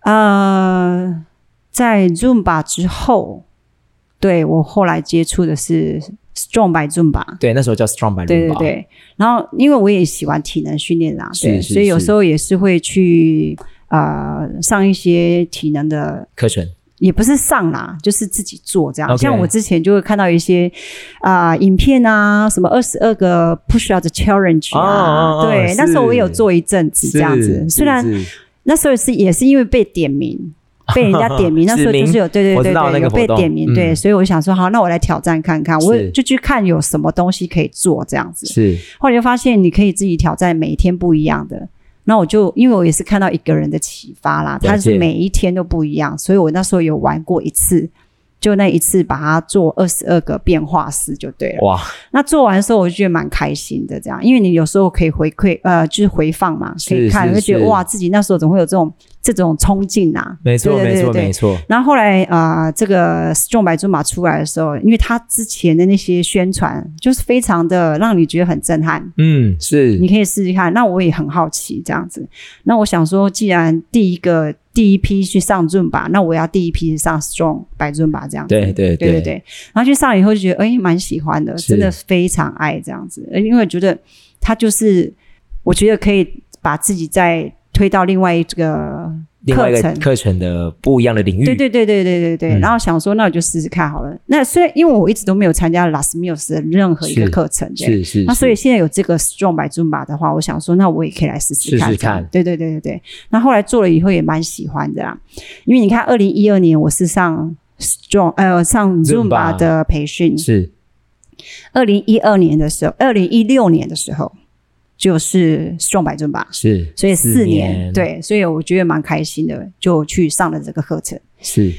[SPEAKER 2] 呃，在 Zumba 之后，对我后来接触的是 Strong by Zumba。
[SPEAKER 1] 对，那时候叫 Strum 吧，
[SPEAKER 2] 对
[SPEAKER 1] Roomba
[SPEAKER 2] 对，对，然后因为我也喜欢体能训练啦，
[SPEAKER 1] 是
[SPEAKER 2] 对，
[SPEAKER 1] 是
[SPEAKER 2] 所以有
[SPEAKER 1] 是
[SPEAKER 2] 时候也是会去呃上一些体能的，
[SPEAKER 1] 课程
[SPEAKER 2] 也不是上啦，就是自己做这样。
[SPEAKER 1] OK
[SPEAKER 2] 像我之前就会看到一些啊、影片啊，什么二十二个 push out 的 challenge 啊，
[SPEAKER 1] 哦哦哦
[SPEAKER 2] 对，
[SPEAKER 1] 是
[SPEAKER 2] 那时候我也有做一阵子这样子
[SPEAKER 1] 是，
[SPEAKER 2] 虽然
[SPEAKER 1] 是是
[SPEAKER 2] 那时候是也是因为被 点名。被人家点名，那时候就是有对对
[SPEAKER 1] 我
[SPEAKER 2] 对
[SPEAKER 1] 知道那
[SPEAKER 2] 对，
[SPEAKER 1] 个
[SPEAKER 2] 有被
[SPEAKER 1] 活动
[SPEAKER 2] 点
[SPEAKER 1] 嗯
[SPEAKER 2] 名，对，所以我想说，好，那我来挑战看看，我
[SPEAKER 1] 是
[SPEAKER 2] 就去看有什么东西可以做这样子。
[SPEAKER 1] 是
[SPEAKER 2] 后来就发现你可以自己挑战每一天不一样的。那我就因为我也是看到一个人的启发啦，
[SPEAKER 1] 解
[SPEAKER 2] 他是每一天都不一样，所以我那时候有玩过一次，就那一次把它做二十二个变化式就对了。
[SPEAKER 1] 哇，
[SPEAKER 2] 那做完的时候我就觉得蛮开心的，这样，因为你有时候可以回馈，呃，就是回放嘛，
[SPEAKER 1] 是
[SPEAKER 2] 可以看，
[SPEAKER 1] 是
[SPEAKER 2] 会觉得
[SPEAKER 1] 是
[SPEAKER 2] 哇，自己那时候怎么会有这种这种冲劲啊？
[SPEAKER 1] 没错，
[SPEAKER 2] 对对
[SPEAKER 1] 没
[SPEAKER 2] 对
[SPEAKER 1] 错，
[SPEAKER 2] 对
[SPEAKER 1] 没错，
[SPEAKER 2] 然后后来啊、呃这个重白竹马出来的时候，因为他之前的那些宣传就是非常的让你觉得很震撼，
[SPEAKER 1] 嗯，是
[SPEAKER 2] 你可以试试看。那我也很好奇这样子。那我想说，既然第一个第一批去上 Zoom 吧，那我要第一批上 Strong 白 Zoom 吧，这样子。
[SPEAKER 1] 对对
[SPEAKER 2] 对
[SPEAKER 1] 对
[SPEAKER 2] 对。然后去上以后就觉得，哎，蛮喜欢的，
[SPEAKER 1] 是
[SPEAKER 2] 真的非常爱这样子。呃因为我觉得他就是，我觉得可以把自己再推到另外一个
[SPEAKER 1] 另外一
[SPEAKER 2] 课
[SPEAKER 1] 个
[SPEAKER 2] 程
[SPEAKER 1] 课程的不一样的领域。
[SPEAKER 2] 对对对对对对对。
[SPEAKER 1] 嗯
[SPEAKER 2] 然后想说，那我就试试看好了。那虽然因为我一直都没有参加 Las Mills 的任何一个
[SPEAKER 1] 是
[SPEAKER 2] 课程，对
[SPEAKER 1] 是是，
[SPEAKER 2] 那所以
[SPEAKER 1] 是
[SPEAKER 2] 现在有这个 Strong by Zumba 的话，我想说，那我也可以来试试看。
[SPEAKER 1] 试试看
[SPEAKER 2] 对对对对对。那后来做了以后也蛮喜欢的啦，因为你看，二零一二年我是上 Strong 呃上
[SPEAKER 1] Zumba
[SPEAKER 2] Zumba 的培训，
[SPEAKER 1] 是
[SPEAKER 2] 二零一二年的时候，二零一六年的时候就是 Strong by Zumba，
[SPEAKER 1] 是，
[SPEAKER 2] 所以
[SPEAKER 1] 四
[SPEAKER 2] 四
[SPEAKER 1] 年
[SPEAKER 2] 对，所以我觉得蛮开心的，就去上了这个课程。
[SPEAKER 1] 是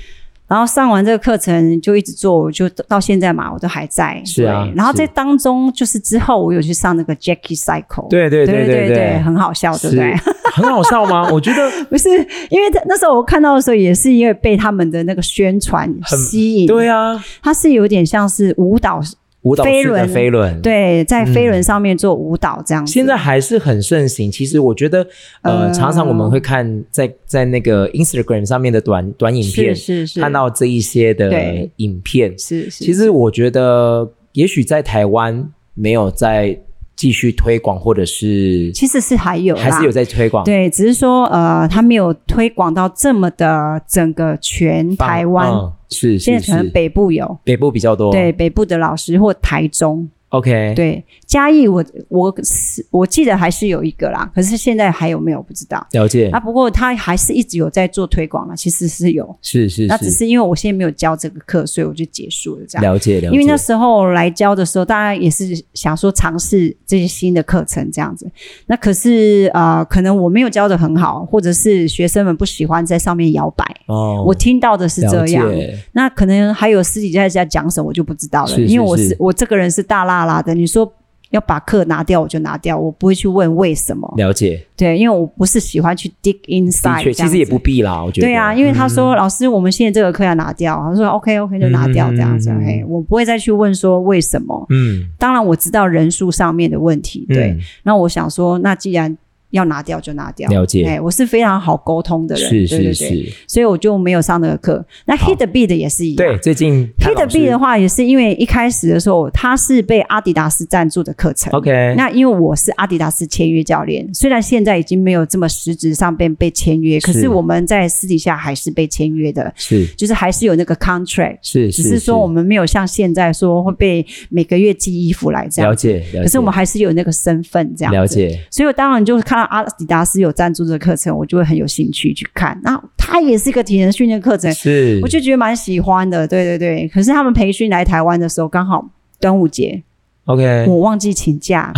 [SPEAKER 2] 然后上完这个课程就一直做，我就到现在嘛，我都还在。
[SPEAKER 1] 是啊
[SPEAKER 2] 对然后
[SPEAKER 1] 是
[SPEAKER 2] 在当中就是之后，我有去上那个 Jackie Cycle。
[SPEAKER 1] 对对
[SPEAKER 2] 对
[SPEAKER 1] 对
[SPEAKER 2] 对
[SPEAKER 1] 对
[SPEAKER 2] 很好笑，哦对不
[SPEAKER 1] 是
[SPEAKER 2] 对？
[SPEAKER 1] 很好笑吗？我觉得
[SPEAKER 2] 不是，因为他那时候我看到的时候，也是因为被他们的那个宣传
[SPEAKER 1] 很
[SPEAKER 2] 吸引，
[SPEAKER 1] 对啊，
[SPEAKER 2] 它是有点像是舞蹈，
[SPEAKER 1] 舞蹈
[SPEAKER 2] 飞
[SPEAKER 1] 式的
[SPEAKER 2] 轮
[SPEAKER 1] 飞轮，
[SPEAKER 2] 对，在飞轮上面做舞蹈这样子。
[SPEAKER 1] 现在还是很盛行。其实我觉得，呃，
[SPEAKER 2] 呃
[SPEAKER 1] 常常我们会看在在那个 Instagram 上面的短短影
[SPEAKER 2] 是
[SPEAKER 1] 片，
[SPEAKER 2] 是是，
[SPEAKER 1] 看到这一些的
[SPEAKER 2] 对
[SPEAKER 1] 影片。
[SPEAKER 2] 是是，
[SPEAKER 1] 其实我觉得，也许在台湾没有再继续推广，或者是
[SPEAKER 2] 其实是还有啦
[SPEAKER 1] 还是有在推广。
[SPEAKER 2] 对，只是说呃，他没有推广到这么的整个全
[SPEAKER 1] 放，
[SPEAKER 2] 台湾，
[SPEAKER 1] 嗯是
[SPEAKER 2] 现
[SPEAKER 1] 是
[SPEAKER 2] 在可能
[SPEAKER 1] 是，
[SPEAKER 2] 北部有。
[SPEAKER 1] 北部比较多。
[SPEAKER 2] 对北部的老师或台中，
[SPEAKER 1] ，OK，
[SPEAKER 2] 对嘉义我，我是我记得还是有一个啦，可是现在还有没有不知道。
[SPEAKER 1] 了解
[SPEAKER 2] 啊，，不过他还是一直有在做推广啦，其实是有，
[SPEAKER 1] 是是
[SPEAKER 2] 那只
[SPEAKER 1] 是，
[SPEAKER 2] 是因为我现在没有教这个课，所以我就结束了这样。
[SPEAKER 1] 了解了解。
[SPEAKER 2] 因为那时候来教的时候，大家也是想说尝试这些新的课程这样子。那可是呃，可能我没有教的很好，或者是学生们不喜欢在上面摇摆。
[SPEAKER 1] 哦，
[SPEAKER 2] 我听到的是这样
[SPEAKER 1] 了，解
[SPEAKER 2] 那可能还有私底下在讲什么，我就不知道了，
[SPEAKER 1] 是是
[SPEAKER 2] 因为我
[SPEAKER 1] 是
[SPEAKER 2] 是我这个人是大辣辣的，你说。要把课拿掉，我就拿掉，我不会去问为什么。
[SPEAKER 1] 了解，
[SPEAKER 2] 对，因为我不是喜欢去 dig
[SPEAKER 1] 的
[SPEAKER 2] inside 这
[SPEAKER 1] 确，其
[SPEAKER 2] 样子。
[SPEAKER 1] 实也不必啦，我觉得。
[SPEAKER 2] 对啊，因为他说、老师，我们现在这个课要拿掉，他说 OK OK 就拿掉
[SPEAKER 1] 嗯
[SPEAKER 2] 这样子。
[SPEAKER 1] 嗯嗯
[SPEAKER 2] 嘿、我不会再去问说为什么。
[SPEAKER 1] 嗯，
[SPEAKER 2] 当然我知道人数上面的问题，对。
[SPEAKER 1] 嗯
[SPEAKER 2] 那我想说，那既然要拿掉就拿掉，
[SPEAKER 1] 了解
[SPEAKER 2] 哎，我是非常好沟通的人，
[SPEAKER 1] 是
[SPEAKER 2] 对
[SPEAKER 1] 是
[SPEAKER 2] 对对，
[SPEAKER 1] 是，
[SPEAKER 2] 所以我就没有上那个课。那
[SPEAKER 1] 好
[SPEAKER 2] Hit the Beat 也是一样，
[SPEAKER 1] 对，最近
[SPEAKER 2] Hit
[SPEAKER 1] 看
[SPEAKER 2] the
[SPEAKER 1] 老师
[SPEAKER 2] B 的话，也是因为一开始的时候，它是被阿迪达斯赞助的课程。
[SPEAKER 1] OK，
[SPEAKER 2] 那因为我是阿迪达斯签约教练，虽然现在已经没有这么实质上被被签约，可
[SPEAKER 1] 是
[SPEAKER 2] 是我们在私底下还是被签约的，
[SPEAKER 1] 是
[SPEAKER 2] 就是还是有那个 contract，
[SPEAKER 1] 是，
[SPEAKER 2] 只是说我们没有像现在说会被每个月寄衣服来这
[SPEAKER 1] 了
[SPEAKER 2] 样，
[SPEAKER 1] 解了解，
[SPEAKER 2] 可是我们还是有那个身份这样。
[SPEAKER 1] 了。解
[SPEAKER 2] 所以我当然就是看阿迪达斯有赞助这个课程，我就会很有兴趣去看。那它也是一个体能训练课程，
[SPEAKER 1] 是，
[SPEAKER 2] 我就觉得蛮喜欢的。对对对，可是他们培训来台湾的时候，刚好端午节，
[SPEAKER 1] OK，
[SPEAKER 2] 我忘记请 假，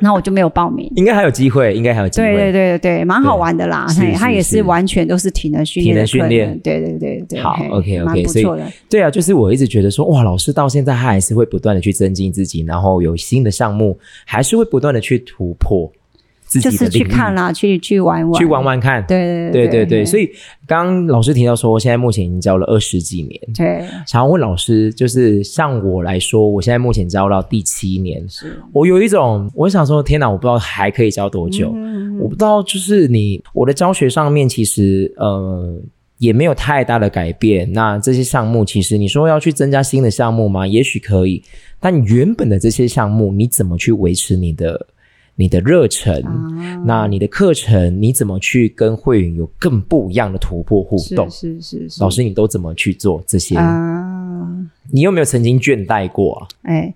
[SPEAKER 2] 那我就没有报名。
[SPEAKER 1] 应该还有机会，应该还有机
[SPEAKER 2] 对对
[SPEAKER 1] 会。
[SPEAKER 2] 对对对，蛮好玩的啦，
[SPEAKER 1] 是
[SPEAKER 2] 嘿，
[SPEAKER 1] 是
[SPEAKER 2] 它也
[SPEAKER 1] 是
[SPEAKER 2] 是完全都是体能训练
[SPEAKER 1] 体
[SPEAKER 2] 的
[SPEAKER 1] 能训
[SPEAKER 2] 课程
[SPEAKER 1] 练
[SPEAKER 2] 对对对对，
[SPEAKER 1] 好
[SPEAKER 2] 嘿
[SPEAKER 1] OK，OK，
[SPEAKER 2] 蛮不
[SPEAKER 1] 所以
[SPEAKER 2] 错的，
[SPEAKER 1] 对啊，就是我一直觉得说，哇，老师到现在他还是会不断的去增进自己，然后有新的项目，还是会不断的去突破自己
[SPEAKER 2] 就
[SPEAKER 1] 的
[SPEAKER 2] 是
[SPEAKER 1] 领域，
[SPEAKER 2] 去看啦，去去玩玩，
[SPEAKER 1] 去玩，玩看。对
[SPEAKER 2] 对对
[SPEAKER 1] 对对，
[SPEAKER 2] 嘿
[SPEAKER 1] 所以刚刚老师提到说，现在目前已经教了二十几年，
[SPEAKER 2] 对
[SPEAKER 1] 想要问老师，就是像我来说，我现在目前教到第七年，
[SPEAKER 2] 是
[SPEAKER 1] 我有一种，我想说，天哪，我不知道还可以教多久。
[SPEAKER 2] 嗯
[SPEAKER 1] 我不知道，就是你我的教学上面其实呃也没有太大的改变。那这些项目，其实你说要去增加新的项目吗？也许可以，但原本的这些项目，你怎么去维持你的你的热忱？
[SPEAKER 2] 啊
[SPEAKER 1] 那你的课程你怎么去跟会员有更不一样的突破互
[SPEAKER 2] 是
[SPEAKER 1] 动？
[SPEAKER 2] 是是是
[SPEAKER 1] 老师，你都怎么去做这些？
[SPEAKER 2] 啊，
[SPEAKER 1] 你有没有曾经倦怠过啊？
[SPEAKER 2] 哎。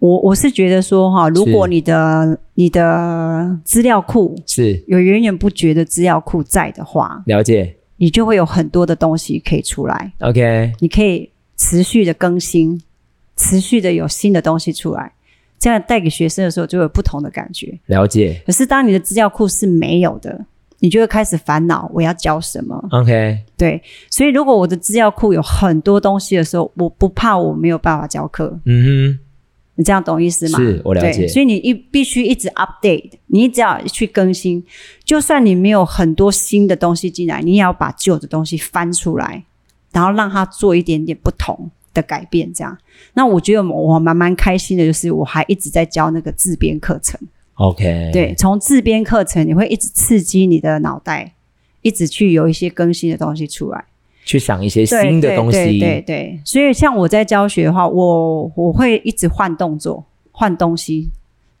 [SPEAKER 2] 我我是觉得说哈，如果你的你的资料库
[SPEAKER 1] 是
[SPEAKER 2] 有源源不绝的资料库在的话，
[SPEAKER 1] 了解
[SPEAKER 2] 你就会有很多的东西可以出来。
[SPEAKER 1] ，OK，
[SPEAKER 2] 你可以持续的更新，持续的有新的东西出来，这样带给学生的时候就有不同的感觉。
[SPEAKER 1] 了解
[SPEAKER 2] 可是当你的资料库是没有的，你就会开始烦恼我要教什么。
[SPEAKER 1] ，OK，
[SPEAKER 2] 对，所以如果我的资料库有很多东西的时候，我不怕我没有办法教课，
[SPEAKER 1] 嗯
[SPEAKER 2] 你这样懂意思吗？
[SPEAKER 1] 是我了解
[SPEAKER 2] 对所以你一必须一直 update，你只要去更新，就算你没有很多新的东西进来，你也要把旧的东西翻出来，然后让它做一点点不同的改变。这样，那我觉得我蛮蛮开心的，就是我还一直在教那个自编课程。
[SPEAKER 1] 哼，OK，
[SPEAKER 2] 对，从自编课程，你会一直刺激你的脑袋，一直去有一些更新的东西出来。
[SPEAKER 1] 去想一些
[SPEAKER 2] 对
[SPEAKER 1] 新的东西。
[SPEAKER 2] 对对对对，所以像我在教学的话，我我会一直换动作、换东西，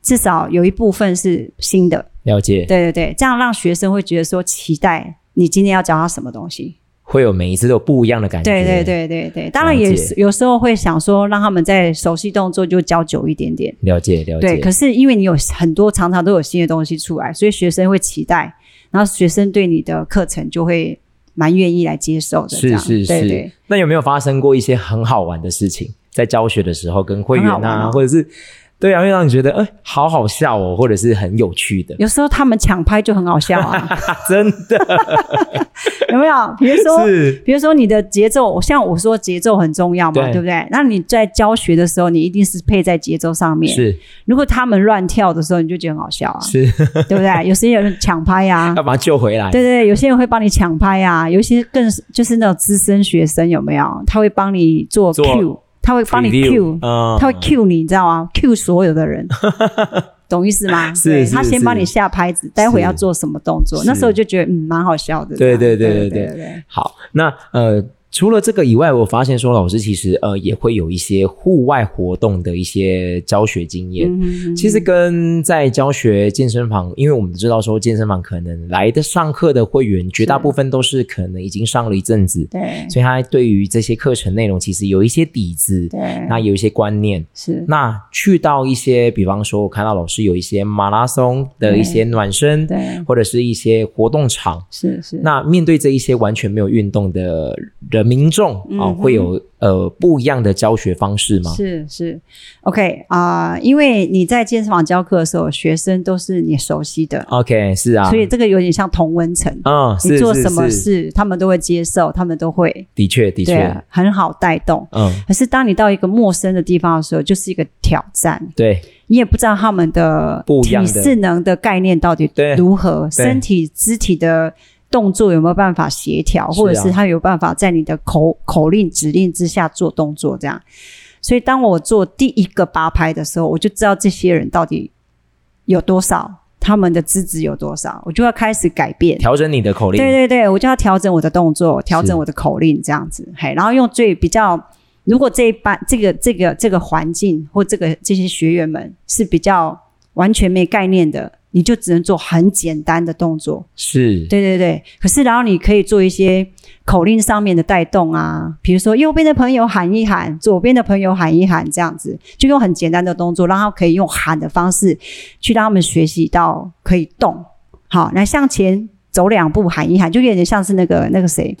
[SPEAKER 2] 至少有一部分是新的。
[SPEAKER 1] 了解，
[SPEAKER 2] 对对对，这样让学生会觉得说期待你今天要教他什么东西。
[SPEAKER 1] 会有每一次都有不一样的感觉。
[SPEAKER 2] 对对，对对对，当然
[SPEAKER 1] 了
[SPEAKER 2] 也
[SPEAKER 1] 解
[SPEAKER 2] 是有时候会想说让他们在熟悉动作就教久一点点。
[SPEAKER 1] 了解了
[SPEAKER 2] 对，
[SPEAKER 1] 解。
[SPEAKER 2] 可是因为你有很多常常都有新的东西出来，所以学生会期待，然后学生对你的课程就会蛮愿意来接受的。这
[SPEAKER 1] 是
[SPEAKER 2] 样
[SPEAKER 1] 是
[SPEAKER 2] 对
[SPEAKER 1] 是
[SPEAKER 2] 对。
[SPEAKER 1] 那有没有发生过一些很好玩的事情？在教学的时候，跟会员
[SPEAKER 2] 很好玩
[SPEAKER 1] 啊，
[SPEAKER 2] 哦
[SPEAKER 1] 或者是对啊，会让你觉得哎、好好笑哦，或者是很有趣 的，
[SPEAKER 2] 有时候他们抢拍就很好 笑啊，
[SPEAKER 1] 真的
[SPEAKER 2] 有没有？比如说，
[SPEAKER 1] 是
[SPEAKER 2] 比如说你的节奏，像我说节奏很重要嘛，
[SPEAKER 1] 对
[SPEAKER 2] 对不对？那你在教学的时候，你一定是配在节奏上面。
[SPEAKER 1] 是
[SPEAKER 2] 如果他们乱跳的时候，你就觉得很好笑啊，
[SPEAKER 1] 是，
[SPEAKER 2] 对 不对？有些人抢拍啊
[SPEAKER 1] 要，把它救回来。
[SPEAKER 2] 对对对，有些人会帮你抢拍啊，有一些更是就是那种资深学生有没有？他会帮你做
[SPEAKER 1] 做
[SPEAKER 2] Q，他会帮你
[SPEAKER 1] Review，
[SPEAKER 2] Q，
[SPEAKER 1] 嗯
[SPEAKER 2] 他会 Q 你，你知道吗？Q 所有 的人，懂意思吗？
[SPEAKER 1] 是
[SPEAKER 2] 对
[SPEAKER 1] 是
[SPEAKER 2] 他先
[SPEAKER 1] 是
[SPEAKER 2] 帮你下拍子，待会要做什么动作
[SPEAKER 1] 是，
[SPEAKER 2] 那时候就觉得嗯蛮好笑的。
[SPEAKER 1] 对
[SPEAKER 2] 这
[SPEAKER 1] 对
[SPEAKER 2] 样
[SPEAKER 1] 对
[SPEAKER 2] 对
[SPEAKER 1] 对对
[SPEAKER 2] 对，
[SPEAKER 1] 好，那呃，除了这个以外，我发现说老师其实呃也会有一些户外活动的一些教学经验。
[SPEAKER 2] 嗯哼哼
[SPEAKER 1] 其实跟在教学健身房，因为我们知道说健身房可能来的上课的会员，绝大部分都是可能已经上了一阵子，
[SPEAKER 2] 对
[SPEAKER 1] 所以他对于这些课程内容其实有一些底子，
[SPEAKER 2] 对
[SPEAKER 1] 那有一些观念。
[SPEAKER 2] 是
[SPEAKER 1] 那去到一些，比方说，我看到老师有一些马拉松的一些暖身，
[SPEAKER 2] 对
[SPEAKER 1] 或者是一些活动场，
[SPEAKER 2] 是是
[SPEAKER 1] 那面对这一些完全没有运动的的民众啊、
[SPEAKER 2] 嗯
[SPEAKER 1] 哦
[SPEAKER 2] 哼
[SPEAKER 1] 会有呃不一样的教学方式吗？
[SPEAKER 2] 是是，OK 啊、因为你在健身房教课的时候，学生都是你熟悉的，
[SPEAKER 1] OK，是啊，
[SPEAKER 2] 所以这个有点像同温层。
[SPEAKER 1] 嗯，是
[SPEAKER 2] 你做什么
[SPEAKER 1] 是是
[SPEAKER 2] 事，他们都会接受，他们都会
[SPEAKER 1] 的确的
[SPEAKER 2] 对
[SPEAKER 1] 确
[SPEAKER 2] 啊，，很好带动。
[SPEAKER 1] 嗯，
[SPEAKER 2] 可是当你到一个陌生的地方的时候，就是一个挑战，
[SPEAKER 1] 对，
[SPEAKER 2] 你也不知道他们的
[SPEAKER 1] 不一样
[SPEAKER 2] 体
[SPEAKER 1] 的
[SPEAKER 2] 适能的概念到底
[SPEAKER 1] 对
[SPEAKER 2] 如何，
[SPEAKER 1] 对
[SPEAKER 2] 身体肢体的动作有没有办法协调，
[SPEAKER 1] 是啊
[SPEAKER 2] 或者是他有办法在你的口口令指令之下做动作这样。所以当我做第一个八拍的时候，我就知道这些人到底有多少，他们的资质有多少，我就要开始改变。
[SPEAKER 1] 调整你的口令，
[SPEAKER 2] 对对对，我就要调整我的动作，调
[SPEAKER 1] 是
[SPEAKER 2] 整我的口令，这样子，嘿，然后用最比较，如果这一班这个这个这个环境或这个这些学员们是比较完全没概念的，你就只能做很简单的动作，
[SPEAKER 1] 是，
[SPEAKER 2] 对对对。可是然后你可以做一些口令上面的带动啊，比如说右边的朋友喊一喊，左边的朋友喊一喊，这样子就用很简单的动作，让他可以用喊的方式去让他们学习到可以动。好，来向前走两步，喊一喊，就有点像是那个那个谁，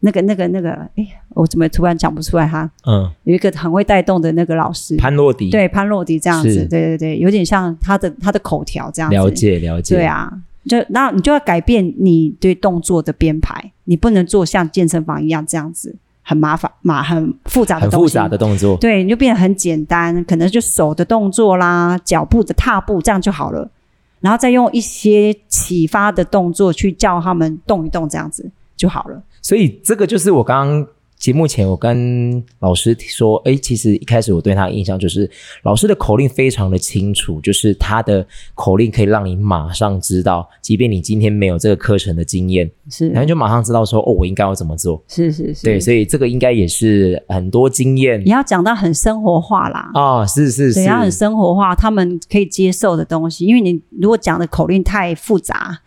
[SPEAKER 2] 那个那个那个，哎、我怎么突然讲不出来哈？
[SPEAKER 1] 嗯，
[SPEAKER 2] 有一个哎很会带动的那个老师，
[SPEAKER 1] 潘洛迪，，
[SPEAKER 2] 对潘洛迪这样
[SPEAKER 1] 是
[SPEAKER 2] 子，对对对，有点像他的他的口条这样子。
[SPEAKER 1] 了解了解，
[SPEAKER 2] 对，啊，就那你就要改变你对动作的编排，你不能做像健身房一样这样子，很麻烦、麻很复杂的
[SPEAKER 1] 很
[SPEAKER 2] 东西。
[SPEAKER 1] 复杂的动作，
[SPEAKER 2] 对，你就变得很简单，可能就手的动作啦、脚步的踏步这样就好了，然后再用一些启发的动作去叫他们动一动，这样子就好了。
[SPEAKER 1] 所以这个就是我刚刚节目前我跟老师说，诶，其实一开始我对他的印象就是老师的口令非常的清楚，就是他的口令可以让你马上知道，即便你今天没有这个课程的经验，
[SPEAKER 2] 是
[SPEAKER 1] 然后就马上知道说，哦，我应该要怎么做。
[SPEAKER 2] 是是哎是，
[SPEAKER 1] 对，所以这个应该也是很多经验
[SPEAKER 2] 也要讲到很生活化啦。
[SPEAKER 1] 啊、是是是
[SPEAKER 2] 对，，要很生活化，他们可以接受的东西。因为你如果讲的口令太复杂，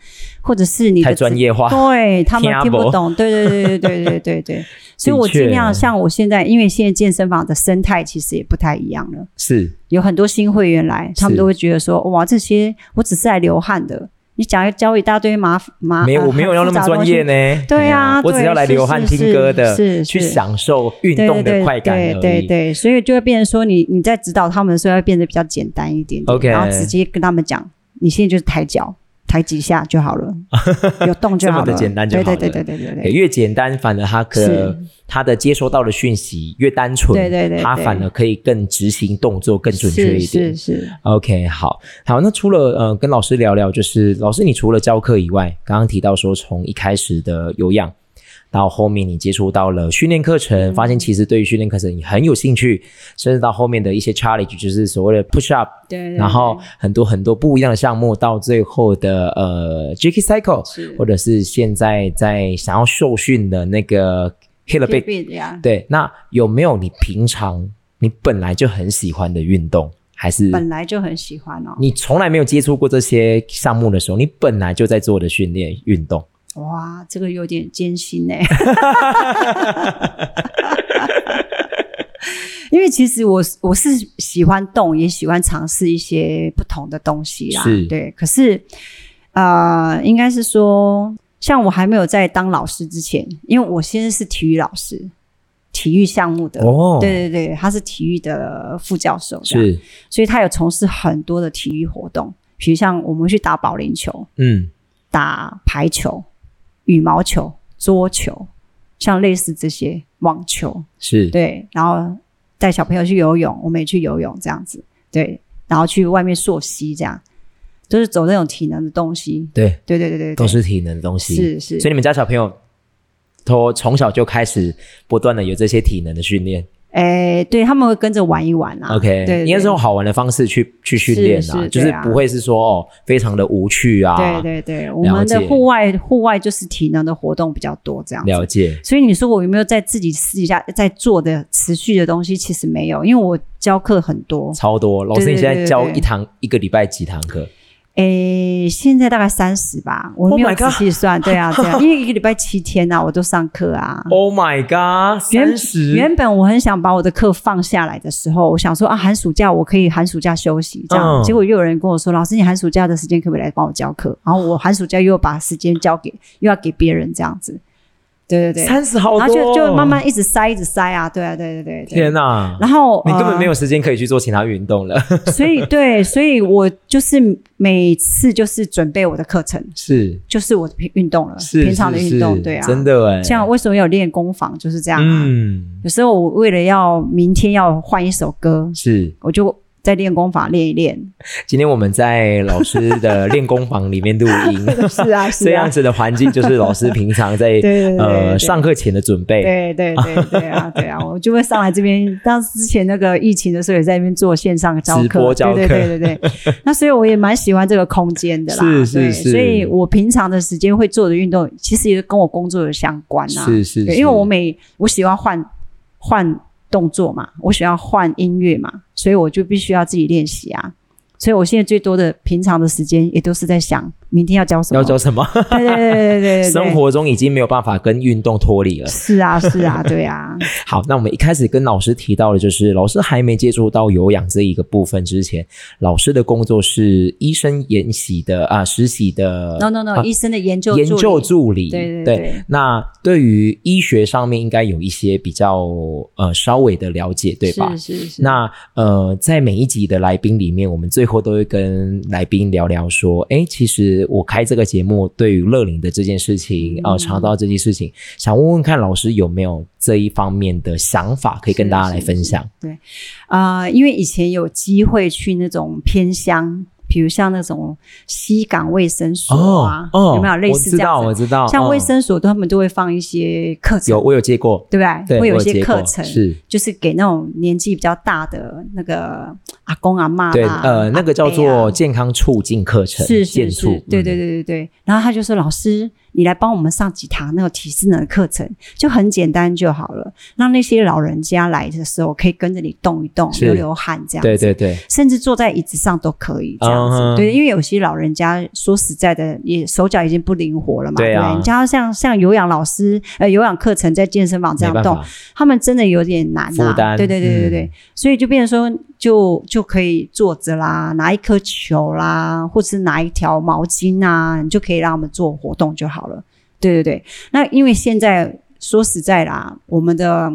[SPEAKER 2] 或者是你的
[SPEAKER 1] 太专业化，
[SPEAKER 2] 对他们
[SPEAKER 1] 听
[SPEAKER 2] 听不
[SPEAKER 1] 不
[SPEAKER 2] 懂，对对对对对对对对，所以我尽量像我现在，因为现在健身房的生态其实也不太一样了，
[SPEAKER 1] 是
[SPEAKER 2] 有很多新会员来，他们
[SPEAKER 1] 是
[SPEAKER 2] 都会觉得说，哇，这些我只是来流汗的，你讲教一大堆麻麻，
[SPEAKER 1] 没有
[SPEAKER 2] 呃
[SPEAKER 1] 我没有要那么专业，呢。
[SPEAKER 2] 对啊
[SPEAKER 1] 我只
[SPEAKER 2] 对
[SPEAKER 1] 要来
[SPEAKER 2] 是
[SPEAKER 1] 流
[SPEAKER 2] 是
[SPEAKER 1] 汗
[SPEAKER 2] 是
[SPEAKER 1] 听歌的，
[SPEAKER 2] 是
[SPEAKER 1] 去
[SPEAKER 2] 是
[SPEAKER 1] 享受运
[SPEAKER 2] 很复杂
[SPEAKER 1] 动
[SPEAKER 2] 东西对
[SPEAKER 1] 的
[SPEAKER 2] 对
[SPEAKER 1] 快感而已。
[SPEAKER 2] 对对对对，所以就会变成说你你在指导他们的时候要变得比较简单一点点
[SPEAKER 1] OK
[SPEAKER 2] 然后直接跟他们讲，你现在就是抬脚。抬几下就好了，有动就
[SPEAKER 1] 这么
[SPEAKER 2] 好了，
[SPEAKER 1] 的简单就好
[SPEAKER 2] 对
[SPEAKER 1] 了
[SPEAKER 2] 对对对对对
[SPEAKER 1] 对
[SPEAKER 2] 对，
[SPEAKER 1] 越简单，反而他可
[SPEAKER 2] 是
[SPEAKER 1] 他的接收到的讯息越单纯，
[SPEAKER 2] 对对对
[SPEAKER 1] 他
[SPEAKER 2] 对
[SPEAKER 1] 反而可以更执行动作更准确一
[SPEAKER 2] 是
[SPEAKER 1] 点
[SPEAKER 2] 是。是，
[SPEAKER 1] OK，好好，那除了呃跟老师聊聊，就是老师你除了教课以外，刚刚提到说从一开始的有氧，到后面你接触到了训练课
[SPEAKER 2] 嗯
[SPEAKER 1] 程，发现其实对于训练课程你很有兴趣，甚至到后面的一些 challenge，就是所谓的 push up，
[SPEAKER 2] 对对对
[SPEAKER 1] 然后很多很多不一样的项目，到最后的呃 j k Cycle，
[SPEAKER 2] 是
[SPEAKER 1] 或者是现在在想要受训的那个 Hill
[SPEAKER 2] Keep
[SPEAKER 1] Big，
[SPEAKER 2] it 呀，
[SPEAKER 1] 对，那有没有你平常你本来就很喜欢的运动，还是
[SPEAKER 2] 本来就很喜欢哦。
[SPEAKER 1] 你从来没有接触过这些项目的时候，你本来就在做的训练运动？
[SPEAKER 2] 哇，这个有点艰辛 呢。因为其实我是我是喜欢动，也喜欢尝试一些不同的东西啦
[SPEAKER 1] 是。
[SPEAKER 2] 对，可是呃，应该是说，像我还没有在当老师之前，因为我先生是体育老师，体育项目的。
[SPEAKER 1] 哦
[SPEAKER 2] 对对对，他是体育的副教授，这样
[SPEAKER 1] 是，
[SPEAKER 2] 所以他有从事很多的体育活动，比如像我们去打保龄球、
[SPEAKER 1] 嗯，
[SPEAKER 2] 打排球、羽毛球、桌球，像类似这些网球，
[SPEAKER 1] 是，
[SPEAKER 2] 对，然后带小朋友去游泳，我们也去游泳这样子，对，然后去外面溯溪这样，就是走那种体能的东西，
[SPEAKER 1] 对，
[SPEAKER 2] 对对对对对，
[SPEAKER 1] 都是体能的东西。
[SPEAKER 2] 是是
[SPEAKER 1] 所以你们家小朋友都从小就开始不断的有这些体能的训练。
[SPEAKER 2] 哎，对他们会跟着玩一玩啊
[SPEAKER 1] OK，
[SPEAKER 2] 对，
[SPEAKER 1] 应该是用好玩的方式去去训练
[SPEAKER 2] 是
[SPEAKER 1] 啊，
[SPEAKER 2] 是
[SPEAKER 1] 就是
[SPEAKER 2] 对啊
[SPEAKER 1] 不会是说哦非常的无趣啊。
[SPEAKER 2] 对对对，我
[SPEAKER 1] 了
[SPEAKER 2] 们
[SPEAKER 1] 解
[SPEAKER 2] 的户外户外就是体能的活动比较多这样子，
[SPEAKER 1] 了解，
[SPEAKER 2] 所以你说我有没有在自己私底下在做的持续的东西？其实没有，因为我教课很多。
[SPEAKER 1] 超多。老师，
[SPEAKER 2] 对对
[SPEAKER 1] 你现在
[SPEAKER 2] 对
[SPEAKER 1] 教
[SPEAKER 2] 对
[SPEAKER 1] 一堂一个礼拜几堂课？
[SPEAKER 2] 诶，现在大概三十吧，我
[SPEAKER 1] Oh
[SPEAKER 2] 没有
[SPEAKER 1] my
[SPEAKER 2] 仔
[SPEAKER 1] God
[SPEAKER 2] 细算。对啊，对啊，因为一个礼拜七天啊，我都上课啊。
[SPEAKER 1] Oh my god，
[SPEAKER 2] 原
[SPEAKER 1] 三十，
[SPEAKER 2] 原本我很想把我的课放下来的时候，我想说啊，寒暑假我可以寒暑假休息这样。
[SPEAKER 1] 嗯
[SPEAKER 2] 结果又有人跟我说，老师，你寒暑假的时间可不可以来帮我教课？然后我寒暑假又把时间交给又要给别人这样子。对对对，
[SPEAKER 1] 三十好多
[SPEAKER 2] 然
[SPEAKER 1] 哦，
[SPEAKER 2] 后就就慢慢一直塞，一直塞啊。对啊，对对对对。
[SPEAKER 1] 天哪！
[SPEAKER 2] 然后
[SPEAKER 1] 你根本
[SPEAKER 2] 呃
[SPEAKER 1] 没有时间可以去做其他运动了，
[SPEAKER 2] 所以对，所以我就是每次就是准备我的课程，
[SPEAKER 1] 是
[SPEAKER 2] 就是我的平运动了，
[SPEAKER 1] 是
[SPEAKER 2] 平常的
[SPEAKER 1] 是
[SPEAKER 2] 运动，
[SPEAKER 1] 是
[SPEAKER 2] 对啊，
[SPEAKER 1] 真。的哎，
[SPEAKER 2] 像为什么有练功房就是这样啊？
[SPEAKER 1] 嗯，
[SPEAKER 2] 有时候我为了要明天要换一首歌，
[SPEAKER 1] 是。
[SPEAKER 2] 我就在练功房练 一练。
[SPEAKER 1] 今天我们在老师的练功房里面录音，
[SPEAKER 2] 是啊，
[SPEAKER 1] 这
[SPEAKER 2] 是啊
[SPEAKER 1] 样，子的环境就是老师平常在
[SPEAKER 2] 对对对
[SPEAKER 1] 呃
[SPEAKER 2] 对
[SPEAKER 1] 上课前的准备，
[SPEAKER 2] 对对对对 啊，对啊，我就会上来这边。当时之前那个疫情的时候，也在那边做线上教
[SPEAKER 1] 直
[SPEAKER 2] 课，
[SPEAKER 1] 播教
[SPEAKER 2] 对
[SPEAKER 1] 课
[SPEAKER 2] 对对对 对。那所以我也蛮喜欢这个空间的啦，
[SPEAKER 1] 是是
[SPEAKER 2] 对
[SPEAKER 1] 是
[SPEAKER 2] 所以我平常的时间会做的运动，其实也跟我工作有相关啊。
[SPEAKER 1] 是是
[SPEAKER 2] 对
[SPEAKER 1] 是
[SPEAKER 2] 因为我每我喜欢换换动作嘛，我喜欢换音乐嘛，所以我就必须要自己练习啊。所以我现在最多的平常的时间也都是在想明天要教什么？
[SPEAKER 1] 要教 什么？
[SPEAKER 2] 对对对对对对对，
[SPEAKER 1] 生活中已经没有办法跟运动脱离了。
[SPEAKER 2] 是啊是啊，对 啊，
[SPEAKER 1] 好，那我们一开始跟老师提到的，就是老师还没接触到有氧这一个部分之前，老师的工作是医生研习的啊，实习的
[SPEAKER 2] no no no，、
[SPEAKER 1] 啊
[SPEAKER 2] 医生的研究
[SPEAKER 1] 研究
[SPEAKER 2] 助理
[SPEAKER 1] 助理，
[SPEAKER 2] 对对对
[SPEAKER 1] 那对于医学上面应该有一些比较呃稍微的了解，对吧？
[SPEAKER 2] 是是是，
[SPEAKER 1] 那呃，在每一集的来宾里面，我们最后都会跟来宾聊聊说，哎，其实我开这个节目对于乐龄的这件事情啊，
[SPEAKER 2] 嗯
[SPEAKER 1] 肠、道这件事情，想问问看老师有没有这一方面的想法可以跟大家来分享。
[SPEAKER 2] 啊、因为以前有机会去那种偏乡，比如像那种西港卫生所啊，有没有类似这样
[SPEAKER 1] 哦我
[SPEAKER 2] 子？
[SPEAKER 1] 知道，我知道，
[SPEAKER 2] 像
[SPEAKER 1] 嗯
[SPEAKER 2] 卫生所，他们都会放一些课程，
[SPEAKER 1] 有我有接过，
[SPEAKER 2] 对不
[SPEAKER 1] 对，
[SPEAKER 2] 会有一
[SPEAKER 1] 我
[SPEAKER 2] 些
[SPEAKER 1] 接
[SPEAKER 2] 课
[SPEAKER 1] 过
[SPEAKER 2] 程，
[SPEAKER 1] 是
[SPEAKER 2] 就是给那种年纪比较大的那个阿公阿妈、啊，
[SPEAKER 1] 对，呃，那个叫做
[SPEAKER 2] 阿伯啊
[SPEAKER 1] 健康促进课程，
[SPEAKER 2] 是
[SPEAKER 1] 健
[SPEAKER 2] 是是
[SPEAKER 1] 促，，
[SPEAKER 2] 对
[SPEAKER 1] 嗯
[SPEAKER 2] 对对对对。然后他就说：“老师，你来帮我们上几堂那个体适能的课程，就很简单就好了，让那些老人家来的时候可以跟着你动一动，
[SPEAKER 1] 是
[SPEAKER 2] 流流汗这样子。
[SPEAKER 1] 对对对，
[SPEAKER 2] 甚至坐在椅子上都可以这样
[SPEAKER 1] 嗯
[SPEAKER 2] 子。
[SPEAKER 1] 哼
[SPEAKER 2] 对，因为有些老人家说实在的，也手脚已经不灵活了嘛。
[SPEAKER 1] 对啊
[SPEAKER 2] 你加上像像有氧老师，呃，有氧课程在健身房这
[SPEAKER 1] 没
[SPEAKER 2] 样
[SPEAKER 1] 办
[SPEAKER 2] 动
[SPEAKER 1] 法，，
[SPEAKER 2] 他们真的有点难、啊，
[SPEAKER 1] 负担
[SPEAKER 2] 对对对对对，
[SPEAKER 1] 嗯
[SPEAKER 2] 所以就变成说，就就可以坐着啦，拿一颗球啦，或是拿一条毛巾啊，你就可以让他们做活动就好了。对对对，那因为现在说实在啦，我们的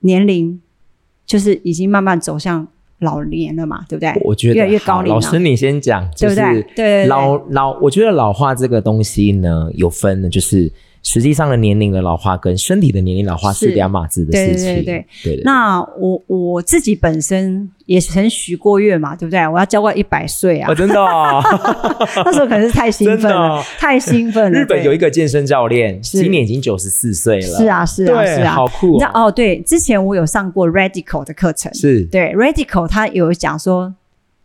[SPEAKER 2] 年龄就是已经慢慢走向老年了嘛，对不对？
[SPEAKER 1] 我觉得
[SPEAKER 2] 越来越
[SPEAKER 1] 好
[SPEAKER 2] 高龄
[SPEAKER 1] 老
[SPEAKER 2] 了，
[SPEAKER 1] 师你先讲，
[SPEAKER 2] 对
[SPEAKER 1] 就
[SPEAKER 2] 不
[SPEAKER 1] 是
[SPEAKER 2] 对？对对对
[SPEAKER 1] 老老，我觉得老化这个东西呢，有分的，就是实际上的年龄的老化跟身体的年龄老化是
[SPEAKER 2] 是
[SPEAKER 1] 两码子的
[SPEAKER 2] 对
[SPEAKER 1] 事
[SPEAKER 2] 对
[SPEAKER 1] 情。
[SPEAKER 2] 对对
[SPEAKER 1] 对
[SPEAKER 2] 那我我自己本身也曾许过愿嘛，对不对？我要交过一百岁啊
[SPEAKER 1] 哦，，真的 哦，
[SPEAKER 2] 那时候可能是太 兴
[SPEAKER 1] 真
[SPEAKER 2] 奋
[SPEAKER 1] 的
[SPEAKER 2] 了，
[SPEAKER 1] 哦。
[SPEAKER 2] 太兴奋了。
[SPEAKER 1] 日本
[SPEAKER 2] 对
[SPEAKER 1] 有一个健身教练，
[SPEAKER 2] 是
[SPEAKER 1] 今年已经九十四岁了。
[SPEAKER 2] 是，啊是啊
[SPEAKER 1] 对，
[SPEAKER 2] 是啊
[SPEAKER 1] 好，酷
[SPEAKER 2] 你知道
[SPEAKER 1] 哦。
[SPEAKER 2] 哦？对，之前我有上过 Radical 的课程，
[SPEAKER 1] 是，
[SPEAKER 2] 对 Radical 他有讲说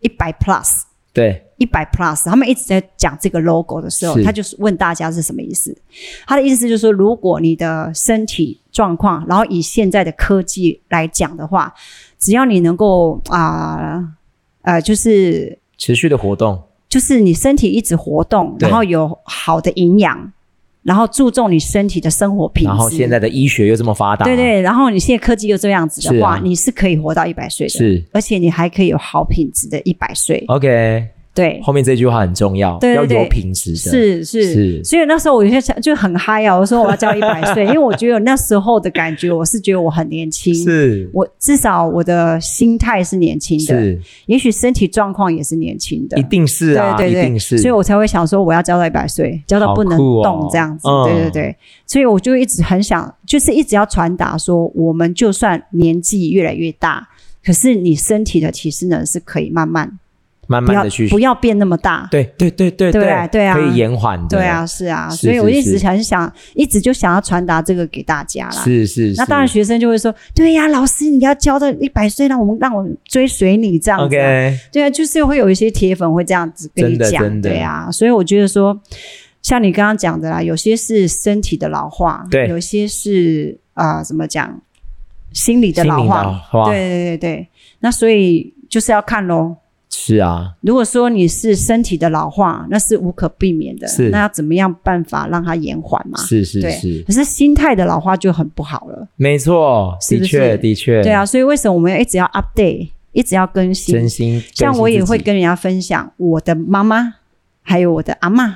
[SPEAKER 2] 一百 plus。
[SPEAKER 1] 对，
[SPEAKER 2] 一百 plus，他们一直在讲这个 logo 的时候
[SPEAKER 1] 是，
[SPEAKER 2] 他就是问大家是什么意思。他的意思就是说，如果你的身体状况，然后以现在的科技来讲的话，只要你能够啊呃就是
[SPEAKER 1] 持续的活动，
[SPEAKER 2] 就是你身体一直活动，
[SPEAKER 1] 对
[SPEAKER 2] 然后有好的营养，然后注重你身体的生活品质。
[SPEAKER 1] 然后现在的医学又这么发达，
[SPEAKER 2] 对，对，然后你现在科技又这样子
[SPEAKER 1] 是
[SPEAKER 2] 的话，
[SPEAKER 1] 啊
[SPEAKER 2] 你是可以活到一百岁的，
[SPEAKER 1] 是
[SPEAKER 2] 而且你还可以有好品质的一百岁。
[SPEAKER 1] OK。
[SPEAKER 2] 对，
[SPEAKER 1] 后面这句话很重要，
[SPEAKER 2] 对对对
[SPEAKER 1] 要有品质的，
[SPEAKER 2] 是是
[SPEAKER 1] 哦是
[SPEAKER 2] 所以那时候我就想就很嗨啊，我说我要交一百 岁，因为我觉得那时候的感觉，我是觉得我很年轻，
[SPEAKER 1] 是
[SPEAKER 2] 我至少我的心态是年轻的，
[SPEAKER 1] 是，
[SPEAKER 2] 也许身体状况也是年轻的，
[SPEAKER 1] 一定是啊，
[SPEAKER 2] 对对
[SPEAKER 1] 一定
[SPEAKER 2] 对，
[SPEAKER 1] 是。
[SPEAKER 2] 所以我才会想说我要交到一百岁，交到不能
[SPEAKER 1] 好酷哦
[SPEAKER 2] 动这样子，
[SPEAKER 1] 嗯
[SPEAKER 2] 对对对，所以我就一直很想，就是一直要传达说，我们就算年纪越来越大，可是你身体的体适能是可以慢慢
[SPEAKER 1] 慢
[SPEAKER 2] 不
[SPEAKER 1] 慢
[SPEAKER 2] 要
[SPEAKER 1] 的去
[SPEAKER 2] 不要变那么大，
[SPEAKER 1] 对对对对
[SPEAKER 2] 对啊对啊
[SPEAKER 1] 可以延缓的，
[SPEAKER 2] 对啊，是啊，
[SPEAKER 1] 是
[SPEAKER 2] 所以
[SPEAKER 1] 是
[SPEAKER 2] 我一直
[SPEAKER 1] 是
[SPEAKER 2] 很想，一直就想要传达这个给大家啦。
[SPEAKER 1] 是是是。
[SPEAKER 2] 那当然，学生就会说：“对呀、老师，你要教到一百岁，让我们让我们追随你这样子啊、
[SPEAKER 1] OK，
[SPEAKER 2] 对啊，就是会有一些铁粉会这样子跟
[SPEAKER 1] 真
[SPEAKER 2] 你
[SPEAKER 1] 的
[SPEAKER 2] 讲
[SPEAKER 1] 真，的
[SPEAKER 2] 对啊，所以我觉得说，像你刚刚讲的啦，有些是身体的老化，
[SPEAKER 1] 对
[SPEAKER 2] 有些是啊、呃怎么讲，心理的老
[SPEAKER 1] 心灵
[SPEAKER 2] 化，
[SPEAKER 1] 老化
[SPEAKER 2] 对对对对，那所以就是要看喽。
[SPEAKER 1] 是啊，
[SPEAKER 2] 如果说你是身体的老化，那是无可避免的
[SPEAKER 1] 是，
[SPEAKER 2] 那要怎么样办法让它延缓嘛？
[SPEAKER 1] 是是
[SPEAKER 2] 啊对
[SPEAKER 1] 是，
[SPEAKER 2] 可是心态的老化就很不好了，
[SPEAKER 1] 没错，
[SPEAKER 2] 是
[SPEAKER 1] 的
[SPEAKER 2] 不是
[SPEAKER 1] 确的确，
[SPEAKER 2] 对，啊，所以为什么我们要一直要 update，一直要更新？
[SPEAKER 1] 真心
[SPEAKER 2] 像我也会
[SPEAKER 1] 更
[SPEAKER 2] 跟人家分享我的妈妈，还有我的阿嬷，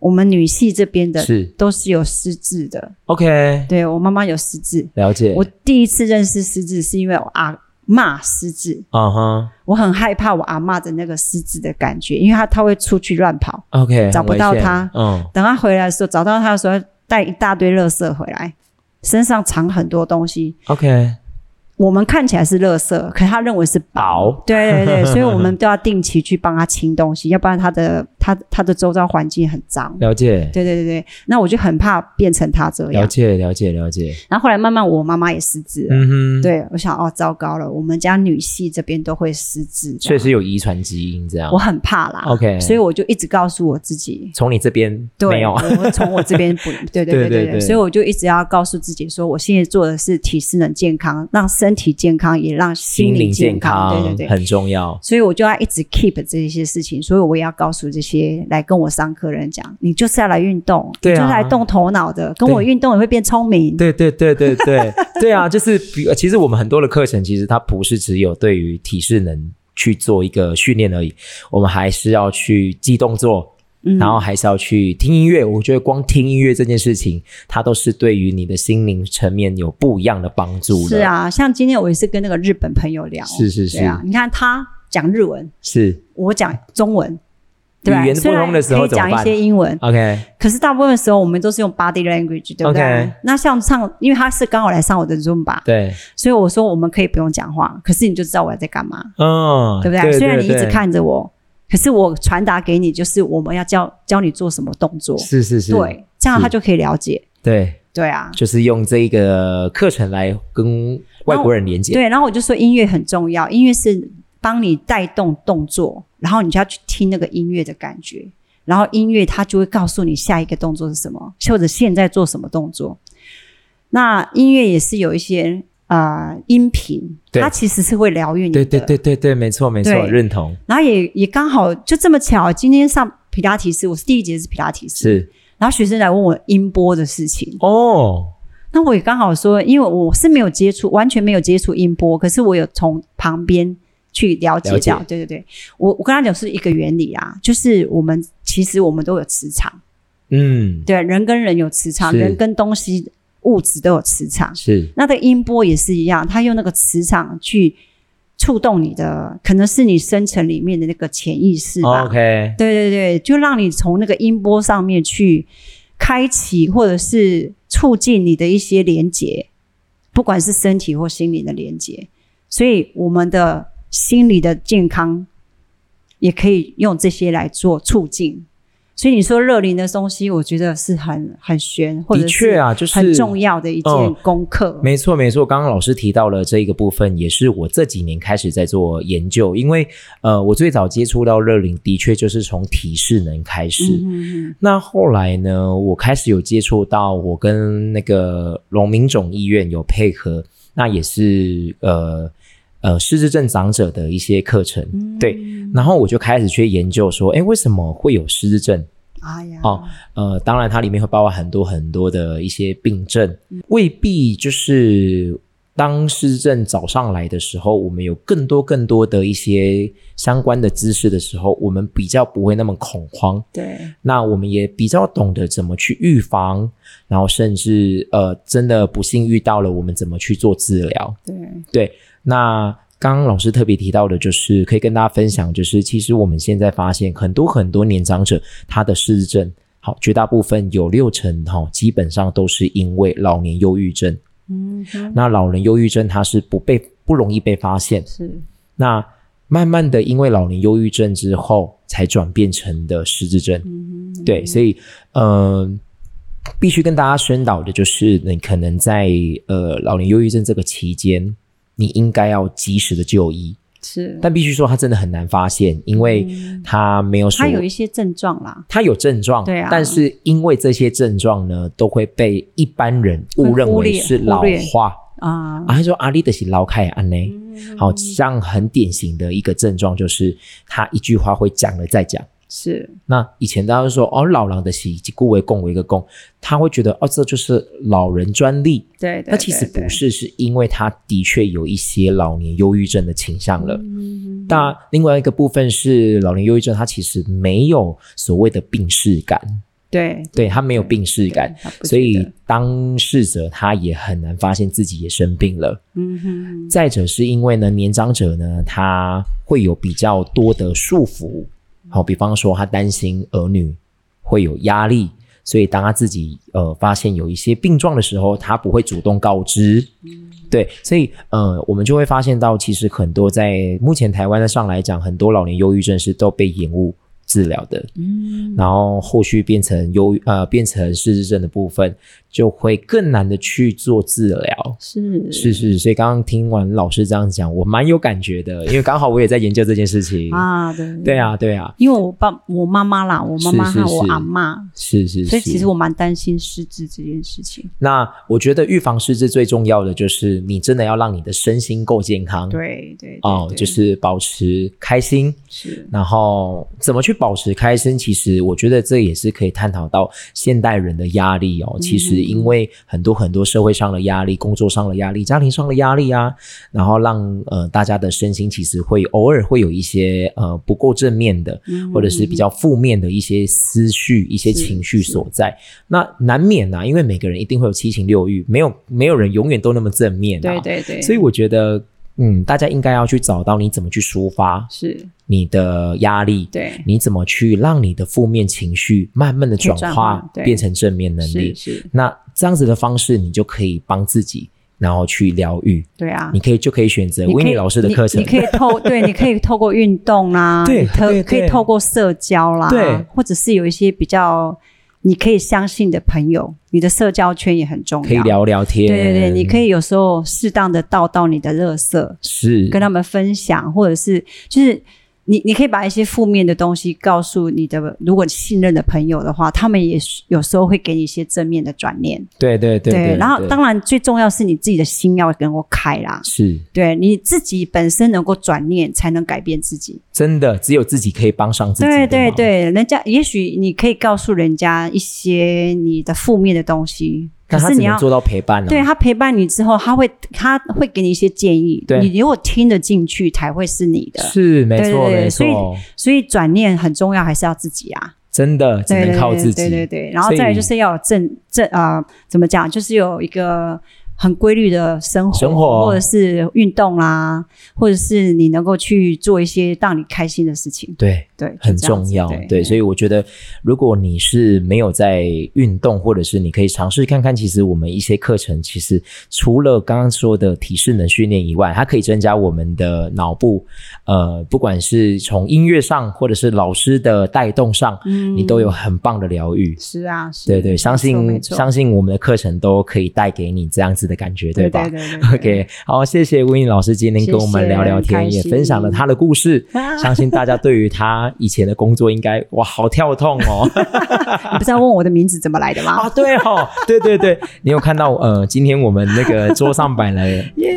[SPEAKER 2] 我们女系这边
[SPEAKER 1] 新自
[SPEAKER 2] 的
[SPEAKER 1] 己是
[SPEAKER 2] 都是有失智的。
[SPEAKER 1] OK，
[SPEAKER 2] 对我妈妈有失智，
[SPEAKER 1] 了解，
[SPEAKER 2] 我第一次认识失智是因为我阿嬷失智，
[SPEAKER 1] 嗯哼
[SPEAKER 2] 我很害怕我阿嬷的那个失智的感觉，因为她她会出去乱跑，
[SPEAKER 1] OK，
[SPEAKER 2] 找
[SPEAKER 1] 很
[SPEAKER 2] 不
[SPEAKER 1] 危
[SPEAKER 2] 到
[SPEAKER 1] 险
[SPEAKER 2] 他，
[SPEAKER 1] 嗯，
[SPEAKER 2] 等她回来的时候找到她的时候，带一大堆垃圾回来，身上藏很多东西，
[SPEAKER 1] OK，
[SPEAKER 2] 我们看起来是垃圾，可他认为是宝。
[SPEAKER 1] 宝
[SPEAKER 2] 对对对，所以我们都要定期去帮他清东西，要不然他的他他的周遭环境很脏。
[SPEAKER 1] 了解，
[SPEAKER 2] 对对对对，那我就很怕变成他这
[SPEAKER 1] 了
[SPEAKER 2] 样。
[SPEAKER 1] 解，了解，了解，
[SPEAKER 2] 然后后来慢慢我妈妈也失智了，
[SPEAKER 1] 嗯哼，，
[SPEAKER 2] 对我想哦糟糕了，我们家女系这边都会失智，
[SPEAKER 1] 确，实有遗传基因这样
[SPEAKER 2] 我，很怕啦。
[SPEAKER 1] OK
[SPEAKER 2] 所以我就一直告诉我自己。
[SPEAKER 1] 从你这边
[SPEAKER 2] 对，
[SPEAKER 1] 没有
[SPEAKER 2] 我，我从我这边 不，
[SPEAKER 1] 对
[SPEAKER 2] 对对对对
[SPEAKER 1] 对
[SPEAKER 2] 对
[SPEAKER 1] 对
[SPEAKER 2] 所以我就一直要告诉自己说，我现在做的是体适能健康，让身体健康，也让
[SPEAKER 1] 心
[SPEAKER 2] 心
[SPEAKER 1] 灵
[SPEAKER 2] 灵
[SPEAKER 1] 健
[SPEAKER 2] 健
[SPEAKER 1] 康
[SPEAKER 2] 对对对，
[SPEAKER 1] 很重要，
[SPEAKER 2] 所以我就要一些事情，所以我也要告诉这些些来跟我上课的人讲，你就是要来运动，
[SPEAKER 1] 对啊
[SPEAKER 2] 你就是来动头脑的，跟我
[SPEAKER 1] 对
[SPEAKER 2] 运动你会变聪明。
[SPEAKER 1] 对对对对对对啊，就是比其实我们很多的课程，其实它不是只有对于体适能去做一个训练而已，我们还是要去记动作，
[SPEAKER 2] 嗯
[SPEAKER 1] 然后还是要去听音乐。我觉得光听音乐这件事情，它都是对于你的心灵层面有不一样的帮助的。
[SPEAKER 2] 是，啊，像今天我也是跟那个日本朋友聊，
[SPEAKER 1] 是是是
[SPEAKER 2] 对啊，你看他讲日文，
[SPEAKER 1] 是
[SPEAKER 2] 我讲中文，对吧
[SPEAKER 1] 语言不通的时候
[SPEAKER 2] 虽
[SPEAKER 1] 怎么
[SPEAKER 2] 然可以讲一
[SPEAKER 1] 办
[SPEAKER 2] 些英文，
[SPEAKER 1] OK，
[SPEAKER 2] 可是大部分的时候我们都是用 body language，对不对
[SPEAKER 1] OK
[SPEAKER 2] 那像上，因为他是刚好来上我的 Zoom 吧，
[SPEAKER 1] 对，
[SPEAKER 2] 所以我说我们可以不用讲话，可是你就知道我在干嘛，
[SPEAKER 1] 嗯，
[SPEAKER 2] 对不对？啊
[SPEAKER 1] 对
[SPEAKER 2] 虽然你一直
[SPEAKER 1] 对
[SPEAKER 2] 看着我，可是我传达给你就是我们要教教你做什么动作，
[SPEAKER 1] 是是是，
[SPEAKER 2] 对，这样
[SPEAKER 1] 是
[SPEAKER 2] 他就可以了解，
[SPEAKER 1] 对，
[SPEAKER 2] 对啊。
[SPEAKER 1] 就是用这一个课程来跟外国人连接。
[SPEAKER 2] 对，然后我就说音乐很重要，音乐是帮你带动动作，然后你就要去听那个音乐的感觉，然后音乐它就会告诉你下一个动作是什么，或者现在做什么动作。那音乐也是有一些啊、呃音频，
[SPEAKER 1] 对
[SPEAKER 2] 它其实是会疗愈你
[SPEAKER 1] 对
[SPEAKER 2] 的。
[SPEAKER 1] 对对对对，没错没错，
[SPEAKER 2] 对
[SPEAKER 1] 认同
[SPEAKER 2] 然后也也刚好就这么巧，今天上皮拉提斯，我是第一节是皮拉提斯，
[SPEAKER 1] 是
[SPEAKER 2] 然后学生来问我音波的事情，
[SPEAKER 1] 哦，
[SPEAKER 2] 那我也刚好说，因为我是没有接触，完全没有接触音波，可是我有从旁边去了解
[SPEAKER 1] 了解
[SPEAKER 2] 到，对对对，我我跟他讲是一个原理啊，就是我们其实我们都有磁场，
[SPEAKER 1] 嗯，
[SPEAKER 2] 对，人跟人有磁场，
[SPEAKER 1] 是
[SPEAKER 2] 人跟东西物质都有磁场，
[SPEAKER 1] 是
[SPEAKER 2] 那个音波也是一样，它用那个磁场去触动你的，可能是你深层里面的那个潜意识
[SPEAKER 1] 哦
[SPEAKER 2] 吧。
[SPEAKER 1] OK，
[SPEAKER 2] 对对对，就让你从那个音波上面去开启，或者是促进你的一些连接，不管是身体或心灵的连接。所以我们的心理的健康也可以用这些来做促进。所以你说热灵的东西，我觉得是很很玄，或者
[SPEAKER 1] 的确
[SPEAKER 2] 是
[SPEAKER 1] 啊，就是
[SPEAKER 2] 很重要的一件
[SPEAKER 1] 嗯
[SPEAKER 2] 功课。
[SPEAKER 1] 没错，没错。刚刚老师提到了这一个部分，也是我这几年开始在做研究，因为呃，我最早接触到热灵，的确就是从体适能开始。
[SPEAKER 2] 嗯嗯
[SPEAKER 1] 那后来呢，我开始有接触到，我跟那个荣民总医院有配合，那也是呃呃失智症长者的一些课程，
[SPEAKER 2] 嗯
[SPEAKER 1] 对。然后我就开始去研究说，诶，为什么会有失智症？
[SPEAKER 2] 哎呀，
[SPEAKER 1] 哦呃，当然它里面会包括很多很多的一些病症，未必就是当失智症找上来的时候，我们有更多更多的一些相关的知识的时候，我们比较不会那么恐慌。
[SPEAKER 2] 对，
[SPEAKER 1] 那我们也比较懂得怎么去预防，然后甚至呃，真的不幸遇到了，我们怎么去做治疗？
[SPEAKER 2] 对，
[SPEAKER 1] 对，那刚刚老师特别提到的，就是可以跟大家分享，就是其实我们现在发现很多很多年长者他的失智症，好，绝大部分有六成哈、哦，基本上都是因为老年忧郁症。
[SPEAKER 2] 嗯哼，
[SPEAKER 1] 那老人忧郁症它是不被不容易被发现，
[SPEAKER 2] 是，
[SPEAKER 1] 那慢慢的因为老年忧郁症之后才转变成的失智症。
[SPEAKER 2] 嗯哼，
[SPEAKER 1] 对，所以呃，必须跟大家宣导的就是，你可能在呃老年忧郁症这个期间，你应该要及时的就医，
[SPEAKER 2] 是，
[SPEAKER 1] 但必须说它真的很难发现，因为它没有说
[SPEAKER 2] 嗯他有一些症状啦，
[SPEAKER 1] 它有症状，
[SPEAKER 2] 对啊
[SPEAKER 1] 但是因为这些症状呢，都会被一般人误认
[SPEAKER 2] 会忽
[SPEAKER 1] 为
[SPEAKER 2] 略
[SPEAKER 1] 是
[SPEAKER 2] 忽
[SPEAKER 1] 老
[SPEAKER 2] 略
[SPEAKER 1] 化，
[SPEAKER 2] 啊，
[SPEAKER 1] 啊，他说阿丽的是老开安呢，
[SPEAKER 2] 嗯
[SPEAKER 1] 好像很典型的一个症状就是他一句话会讲了再讲。
[SPEAKER 2] 是
[SPEAKER 1] 那以前大家都说哦，老狼的喜故为共为一个共，他会觉得哦，这就是老人专利。
[SPEAKER 2] 对，对
[SPEAKER 1] 那其实
[SPEAKER 2] 对
[SPEAKER 1] 不是，是因为他的确有一些老年忧郁症的倾向了。
[SPEAKER 2] 嗯
[SPEAKER 1] 那另外一个部分是老年忧郁症，它其实没有所谓的病逝感，
[SPEAKER 2] 对
[SPEAKER 1] 对，它没有病逝
[SPEAKER 2] 对
[SPEAKER 1] 感，
[SPEAKER 2] 他不觉得
[SPEAKER 1] 所以当事者他也很难发现自己也生病了。
[SPEAKER 2] 嗯哼，
[SPEAKER 1] 再者是因为呢，年长者呢，他会有比较多的束缚，好、比方说他担心儿女会有压力，所以当他自己呃发现有一些病状的时候，他不会主动告知。对，所以呃，我们就会发现到，其实很多在目前台湾的上来讲，很多老年忧郁症是都被延误治疗的，
[SPEAKER 2] 嗯
[SPEAKER 1] 然后后续变成忧郁呃变成失智症的部分，就会更难的去做治疗。
[SPEAKER 2] 是
[SPEAKER 1] 是是，所以刚刚听完老师这样讲，我蛮有感觉的，因为刚好我也在研究这件事情。
[SPEAKER 2] 啊，对
[SPEAKER 1] 对，啊，对啊，
[SPEAKER 2] 因为我爸我妈妈啦，我妈妈
[SPEAKER 1] 是
[SPEAKER 2] 和
[SPEAKER 1] 是
[SPEAKER 2] 我
[SPEAKER 1] 是
[SPEAKER 2] 阿妈，
[SPEAKER 1] 是是是。
[SPEAKER 2] 所以其实我蛮担心失智这件事情。
[SPEAKER 1] 那我觉得预防失智最重要的就是你真的要让你的身心够健康。
[SPEAKER 2] 对对对
[SPEAKER 1] 哦，
[SPEAKER 2] 对
[SPEAKER 1] 就是保持开心，
[SPEAKER 2] 是
[SPEAKER 1] 然后怎么去保持开心，其实我觉得这也是可以探讨到现代人的压力
[SPEAKER 2] 嗯
[SPEAKER 1] 哦。其实因为很多很多社会上的压力、工作上的压力、家庭上的压力啊，然后让呃大家的身心其实会偶尔会有一些呃不够正面的，
[SPEAKER 2] 嗯
[SPEAKER 1] 或者是比较负面的一些思绪、一些
[SPEAKER 2] 是
[SPEAKER 1] 情绪
[SPEAKER 2] 是
[SPEAKER 1] 所在。那难免啊，因为每个人一定会有七情六欲，没有没有人永远都那么正面、啊。
[SPEAKER 2] 对对对，
[SPEAKER 1] 所以我觉得，嗯，大家应该要去找到你怎么去抒发
[SPEAKER 2] 是
[SPEAKER 1] 你的压力，
[SPEAKER 2] 对，
[SPEAKER 1] 你怎么去让你的负面情绪慢慢的转
[SPEAKER 2] 可以转
[SPEAKER 1] 化
[SPEAKER 2] 化，对
[SPEAKER 1] 变成正面能
[SPEAKER 2] 是
[SPEAKER 1] 力。
[SPEAKER 2] 是，
[SPEAKER 1] 那这样子的方式，你就可以帮自己，然后去疗愈。
[SPEAKER 2] 对啊
[SPEAKER 1] 你。可以就可以选择
[SPEAKER 2] 你可
[SPEAKER 1] 维
[SPEAKER 2] 以
[SPEAKER 1] 尼老师的课程
[SPEAKER 2] 你，你可以 透对，你可以透过运动啦，
[SPEAKER 1] 对
[SPEAKER 2] 你透
[SPEAKER 1] 对对
[SPEAKER 2] 可以透过社交啦，
[SPEAKER 1] 对
[SPEAKER 2] 或者是有一些比较你可以相信的朋友，你的社交圈也很重要。
[SPEAKER 1] 可以聊聊天。
[SPEAKER 2] 对对对，你可
[SPEAKER 1] 以
[SPEAKER 2] 以有时候适当的倒到你的垃
[SPEAKER 1] 嗯
[SPEAKER 2] 圾，
[SPEAKER 1] 是
[SPEAKER 2] 跟他们分享，或者是就是你你可以把一些负面的东西告诉你的，如果信任的朋友的话，他们也是有时候会给你一些正面的转念。
[SPEAKER 1] 对对对对。
[SPEAKER 2] 然后
[SPEAKER 1] 对
[SPEAKER 2] 当然最重要是你自己的心要能够开啦，
[SPEAKER 1] 是
[SPEAKER 2] 对你自己本身能够转念，才能改变自己。
[SPEAKER 1] 真的，只有自己可以帮上自己。
[SPEAKER 2] 对对，对，人家也许你可以告诉人家一些你的负面的东西，可
[SPEAKER 1] 但他
[SPEAKER 2] 是
[SPEAKER 1] 只
[SPEAKER 2] 你
[SPEAKER 1] 能
[SPEAKER 2] 要。
[SPEAKER 1] 做到陪伴啊了。
[SPEAKER 2] 对他陪伴你之后，他会他会给你一些建议，
[SPEAKER 1] 对
[SPEAKER 2] 你如果听得进去，才会是你的。
[SPEAKER 1] 是没
[SPEAKER 2] 对
[SPEAKER 1] 错
[SPEAKER 2] 对对
[SPEAKER 1] 没
[SPEAKER 2] 所以
[SPEAKER 1] 错，
[SPEAKER 2] 所以转念很重要，还是要自己啊，
[SPEAKER 1] 真的只
[SPEAKER 2] 对
[SPEAKER 1] 能靠自己。
[SPEAKER 2] 对对对对，然后
[SPEAKER 1] 所以
[SPEAKER 2] 再来就是要有正正啊、怎么讲，就是有一个很规律的生活，
[SPEAKER 1] 生活
[SPEAKER 2] 或者是运动啦，或者是你能够去做一些让你开心的事情，
[SPEAKER 1] 对，
[SPEAKER 2] 对，
[SPEAKER 1] 很
[SPEAKER 2] 就这样
[SPEAKER 1] 重
[SPEAKER 2] 子
[SPEAKER 1] 要。
[SPEAKER 2] 对，嗯
[SPEAKER 1] 对，所以我觉得，如果你是没有在运动，或者是你可以尝试看看，其实我们一些课程，其实除了刚刚说的体适能训练以外，它可以增加我们的脑部，呃，不管是从音乐上，或者是老师的带动上，
[SPEAKER 2] 嗯
[SPEAKER 1] 你都有很棒的疗愈。
[SPEAKER 2] 是啊，是
[SPEAKER 1] 对对，相
[SPEAKER 2] 没
[SPEAKER 1] 信
[SPEAKER 2] 错
[SPEAKER 1] 相信我们的课程都可以带给你这样子的感觉，
[SPEAKER 2] 没错对
[SPEAKER 1] 吧
[SPEAKER 2] 对对对
[SPEAKER 1] OK，好，谢谢 Winnie 老师今天跟我们聊聊天，
[SPEAKER 2] 谢谢
[SPEAKER 1] 也分享了他的故事。
[SPEAKER 2] 啊
[SPEAKER 1] 相信大家对于他以前的工作应该哇，好跳痛 哦
[SPEAKER 2] 你不是要问我的名字怎么来的吗？
[SPEAKER 1] 啊，对哦，对对对，你有看到呃，今天我们那个桌上摆 了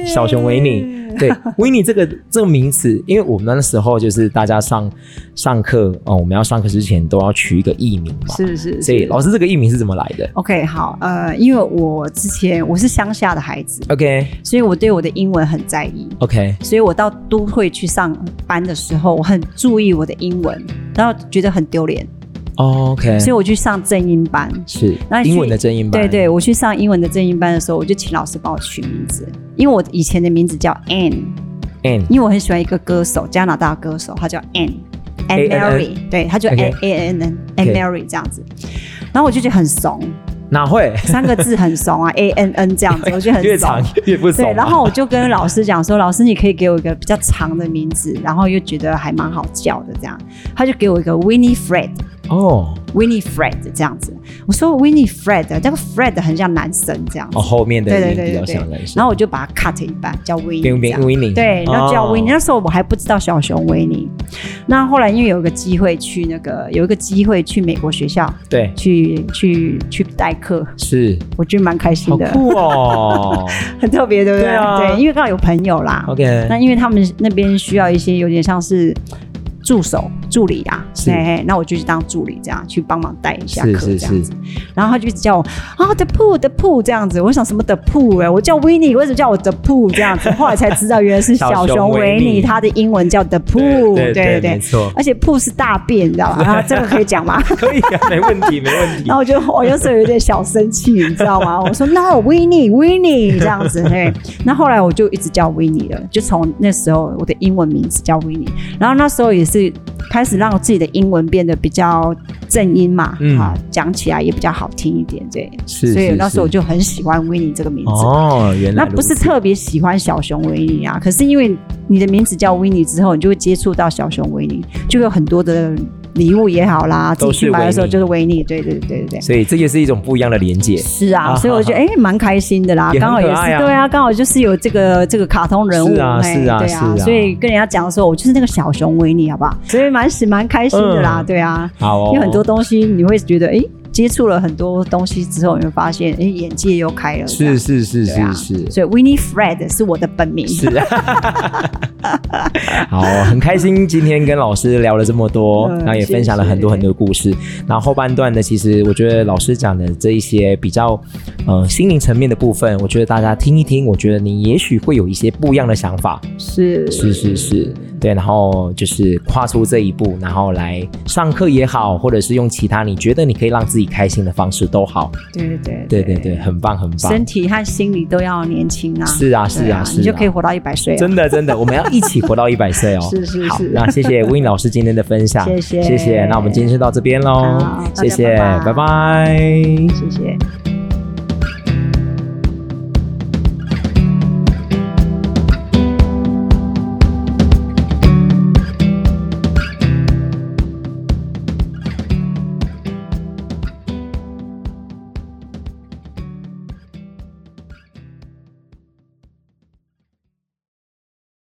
[SPEAKER 1] 小熊维尼。对，Winnie 这个这个名词，因为我们那时候就是大家上上课哦、我们要上课之前都要取一个艺名嘛，
[SPEAKER 2] 是是
[SPEAKER 1] 所以
[SPEAKER 2] 是。
[SPEAKER 1] 老师这个艺名是怎么来的
[SPEAKER 2] OK，好，呃，因为我之前我是乡下的孩子，
[SPEAKER 1] ？OK
[SPEAKER 2] 所以我对我的英文很在意。
[SPEAKER 1] OK，
[SPEAKER 2] 所以我到都会去上班的时候，我很注意我的英文，然后觉得很丢脸，
[SPEAKER 1] 哦，OK，
[SPEAKER 2] 所以我去上正音班。
[SPEAKER 1] 是
[SPEAKER 2] 那
[SPEAKER 1] 英
[SPEAKER 2] 去
[SPEAKER 1] 文的正音班，
[SPEAKER 2] 对对，我去上英文的正音班的时候，我就请老师帮我取名字，因为我以前的名字叫 Anne，
[SPEAKER 1] ，N
[SPEAKER 2] 因为我很喜欢一个歌手，加拿大歌手，他叫 Anne。
[SPEAKER 1] A N N
[SPEAKER 2] Anne Mary，对，他就 A
[SPEAKER 1] OK
[SPEAKER 2] A N N
[SPEAKER 1] OK
[SPEAKER 2] Anne Mary 这样子，然后我就觉得很怂，
[SPEAKER 1] 哪会
[SPEAKER 2] 三个字很怂啊，A N N 这样子，我觉 得
[SPEAKER 1] 越
[SPEAKER 2] 很怂
[SPEAKER 1] 长。越不啊熟
[SPEAKER 2] 对，
[SPEAKER 1] 嘛？
[SPEAKER 2] 然后我就跟老师讲说，老师你可以给我一个比较长的名字，然后又觉得还蛮好叫的这样，他就给我一个 Winnie Fred，Winnie
[SPEAKER 1] 哦
[SPEAKER 2] Fred 这样子。我说 Winnie Fred，这个 Fred 很像男生这样子，
[SPEAKER 1] 哦，后面的
[SPEAKER 2] 对对
[SPEAKER 1] 音
[SPEAKER 2] 对
[SPEAKER 1] 比较
[SPEAKER 2] 对
[SPEAKER 1] 像
[SPEAKER 2] 对
[SPEAKER 1] 男。生，
[SPEAKER 2] 然后我就把它 cut 一半，叫 Winnie
[SPEAKER 1] 变
[SPEAKER 2] 这
[SPEAKER 1] 变
[SPEAKER 2] 样。
[SPEAKER 1] 维尼，
[SPEAKER 2] 对，然后叫
[SPEAKER 1] 哦
[SPEAKER 2] Winnie，、那时候我还不知道小熊维尼。那后来因为有一个机会去那个，有一个机会去美国学校
[SPEAKER 1] 对，
[SPEAKER 2] 去去去代课，
[SPEAKER 1] 是
[SPEAKER 2] 我觉得蛮开心
[SPEAKER 1] 好
[SPEAKER 2] 的，
[SPEAKER 1] 酷 哦。
[SPEAKER 2] 很特别，对不对？
[SPEAKER 1] 对啊
[SPEAKER 2] 因为刚好有朋友啦。
[SPEAKER 1] OK，
[SPEAKER 2] 那因为他们那边需要一些有点像是助手、助理啊，
[SPEAKER 1] 是
[SPEAKER 2] 嘿嘿，那我就去当助理，这样去帮忙带一下
[SPEAKER 1] 是
[SPEAKER 2] 课
[SPEAKER 1] 是
[SPEAKER 2] 这样子
[SPEAKER 1] 是。
[SPEAKER 2] 然后他就一直叫我啊的铺的铺这样子，我想什么的铺哎，我叫 w i n n i e 为什么叫我的铺这样子？后来才知道原来是
[SPEAKER 1] 小
[SPEAKER 2] 小
[SPEAKER 1] 熊
[SPEAKER 2] 熊
[SPEAKER 1] 维
[SPEAKER 2] 维
[SPEAKER 1] 尼
[SPEAKER 2] 尼，他的英文叫的铺，
[SPEAKER 1] 对
[SPEAKER 2] 对对
[SPEAKER 1] 没
[SPEAKER 2] 对。
[SPEAKER 1] 错，
[SPEAKER 2] 而且铺是大便，你知道吗？啊， 这个可以讲吗？
[SPEAKER 1] 可以 啊，没问题，没问题
[SPEAKER 2] 然。后我就我有时候有点小生气，你知道吗？我说 No Winnie Winnie 这样子，嘿。那后来我就一直叫 Winnie 了，就从那时候我的英文名字叫 Winnie，然后那时候也是开始让自己的英文变得比较正音嘛，
[SPEAKER 1] 嗯
[SPEAKER 2] 啊，讲起来也比较好听一点，对。
[SPEAKER 1] 是
[SPEAKER 2] 所以
[SPEAKER 1] 是
[SPEAKER 2] 那时候我
[SPEAKER 1] 是
[SPEAKER 2] 就很喜欢 Winnie 这个名字。
[SPEAKER 1] 哦，原来
[SPEAKER 2] 那不是
[SPEAKER 1] 如此
[SPEAKER 2] 特别喜欢小熊维尼啊，可是因为你的名字叫维尼之后，你就会接触到小熊维尼，就有很多的礼物也好啦，自
[SPEAKER 1] 都
[SPEAKER 2] 己
[SPEAKER 1] 是
[SPEAKER 2] 去买的时候
[SPEAKER 1] 维尼
[SPEAKER 2] 就是维尼，对对对对对。
[SPEAKER 1] 所以这也是一种不一样的连接。
[SPEAKER 2] 是
[SPEAKER 1] 啊
[SPEAKER 2] 啊，所以我觉得
[SPEAKER 1] 哈
[SPEAKER 2] 哎，蛮、开心的啦
[SPEAKER 1] 也，很
[SPEAKER 2] 刚好也
[SPEAKER 1] 可爱
[SPEAKER 2] 是
[SPEAKER 1] 啊
[SPEAKER 2] 对啊，刚好就是有这个这个卡通人物，
[SPEAKER 1] 是啊
[SPEAKER 2] 嘿
[SPEAKER 1] 是啊
[SPEAKER 2] 对
[SPEAKER 1] 是啊
[SPEAKER 2] 所以跟人家讲的时候，我就是那个小熊维尼，好不好？所以蛮是蛮开心的啦，
[SPEAKER 1] 嗯
[SPEAKER 2] 对啊，
[SPEAKER 1] 好哦，
[SPEAKER 2] 有很多东西你会觉得哎、接触了很多东西之后，你会发现，哎、眼界又开了。这样
[SPEAKER 1] 是是是
[SPEAKER 2] 对啊
[SPEAKER 1] 是是。
[SPEAKER 2] 所以 Winnie Fred 是我的本名。
[SPEAKER 1] 是， 好，很开心今天跟老师聊了这么多，
[SPEAKER 2] 嗯
[SPEAKER 1] 然后也分享了很多
[SPEAKER 2] 谢谢
[SPEAKER 1] 很多故事。然后后半段呢，其实我觉得老师讲的这一些比较呃心灵层面的部分，我觉得大家听一听，我觉得你也许会有一些不一样的想法。
[SPEAKER 2] 是
[SPEAKER 1] 是是是，对，然后就是跨出这一步，然后来上课也好，或者是用其他你觉得你可以让自己开心的方式都好。
[SPEAKER 2] 对对
[SPEAKER 1] 对对对，很棒很棒。
[SPEAKER 2] 身体和心理都要年轻啊。
[SPEAKER 1] 是啊是
[SPEAKER 2] 对
[SPEAKER 1] 啊是啊，
[SPEAKER 2] 你就可以活到一百岁啊。
[SPEAKER 1] 真的真的，我们要一起活到一百 岁哦。
[SPEAKER 2] 是是
[SPEAKER 1] 好
[SPEAKER 2] 是，
[SPEAKER 1] 那谢 谢 Win 老师今天的分享，
[SPEAKER 2] 谢谢
[SPEAKER 1] 谢谢。那我们今天就到这边喽
[SPEAKER 2] 好，
[SPEAKER 1] 谢谢，
[SPEAKER 2] 大家拜拜
[SPEAKER 1] 拜拜
[SPEAKER 2] 谢谢。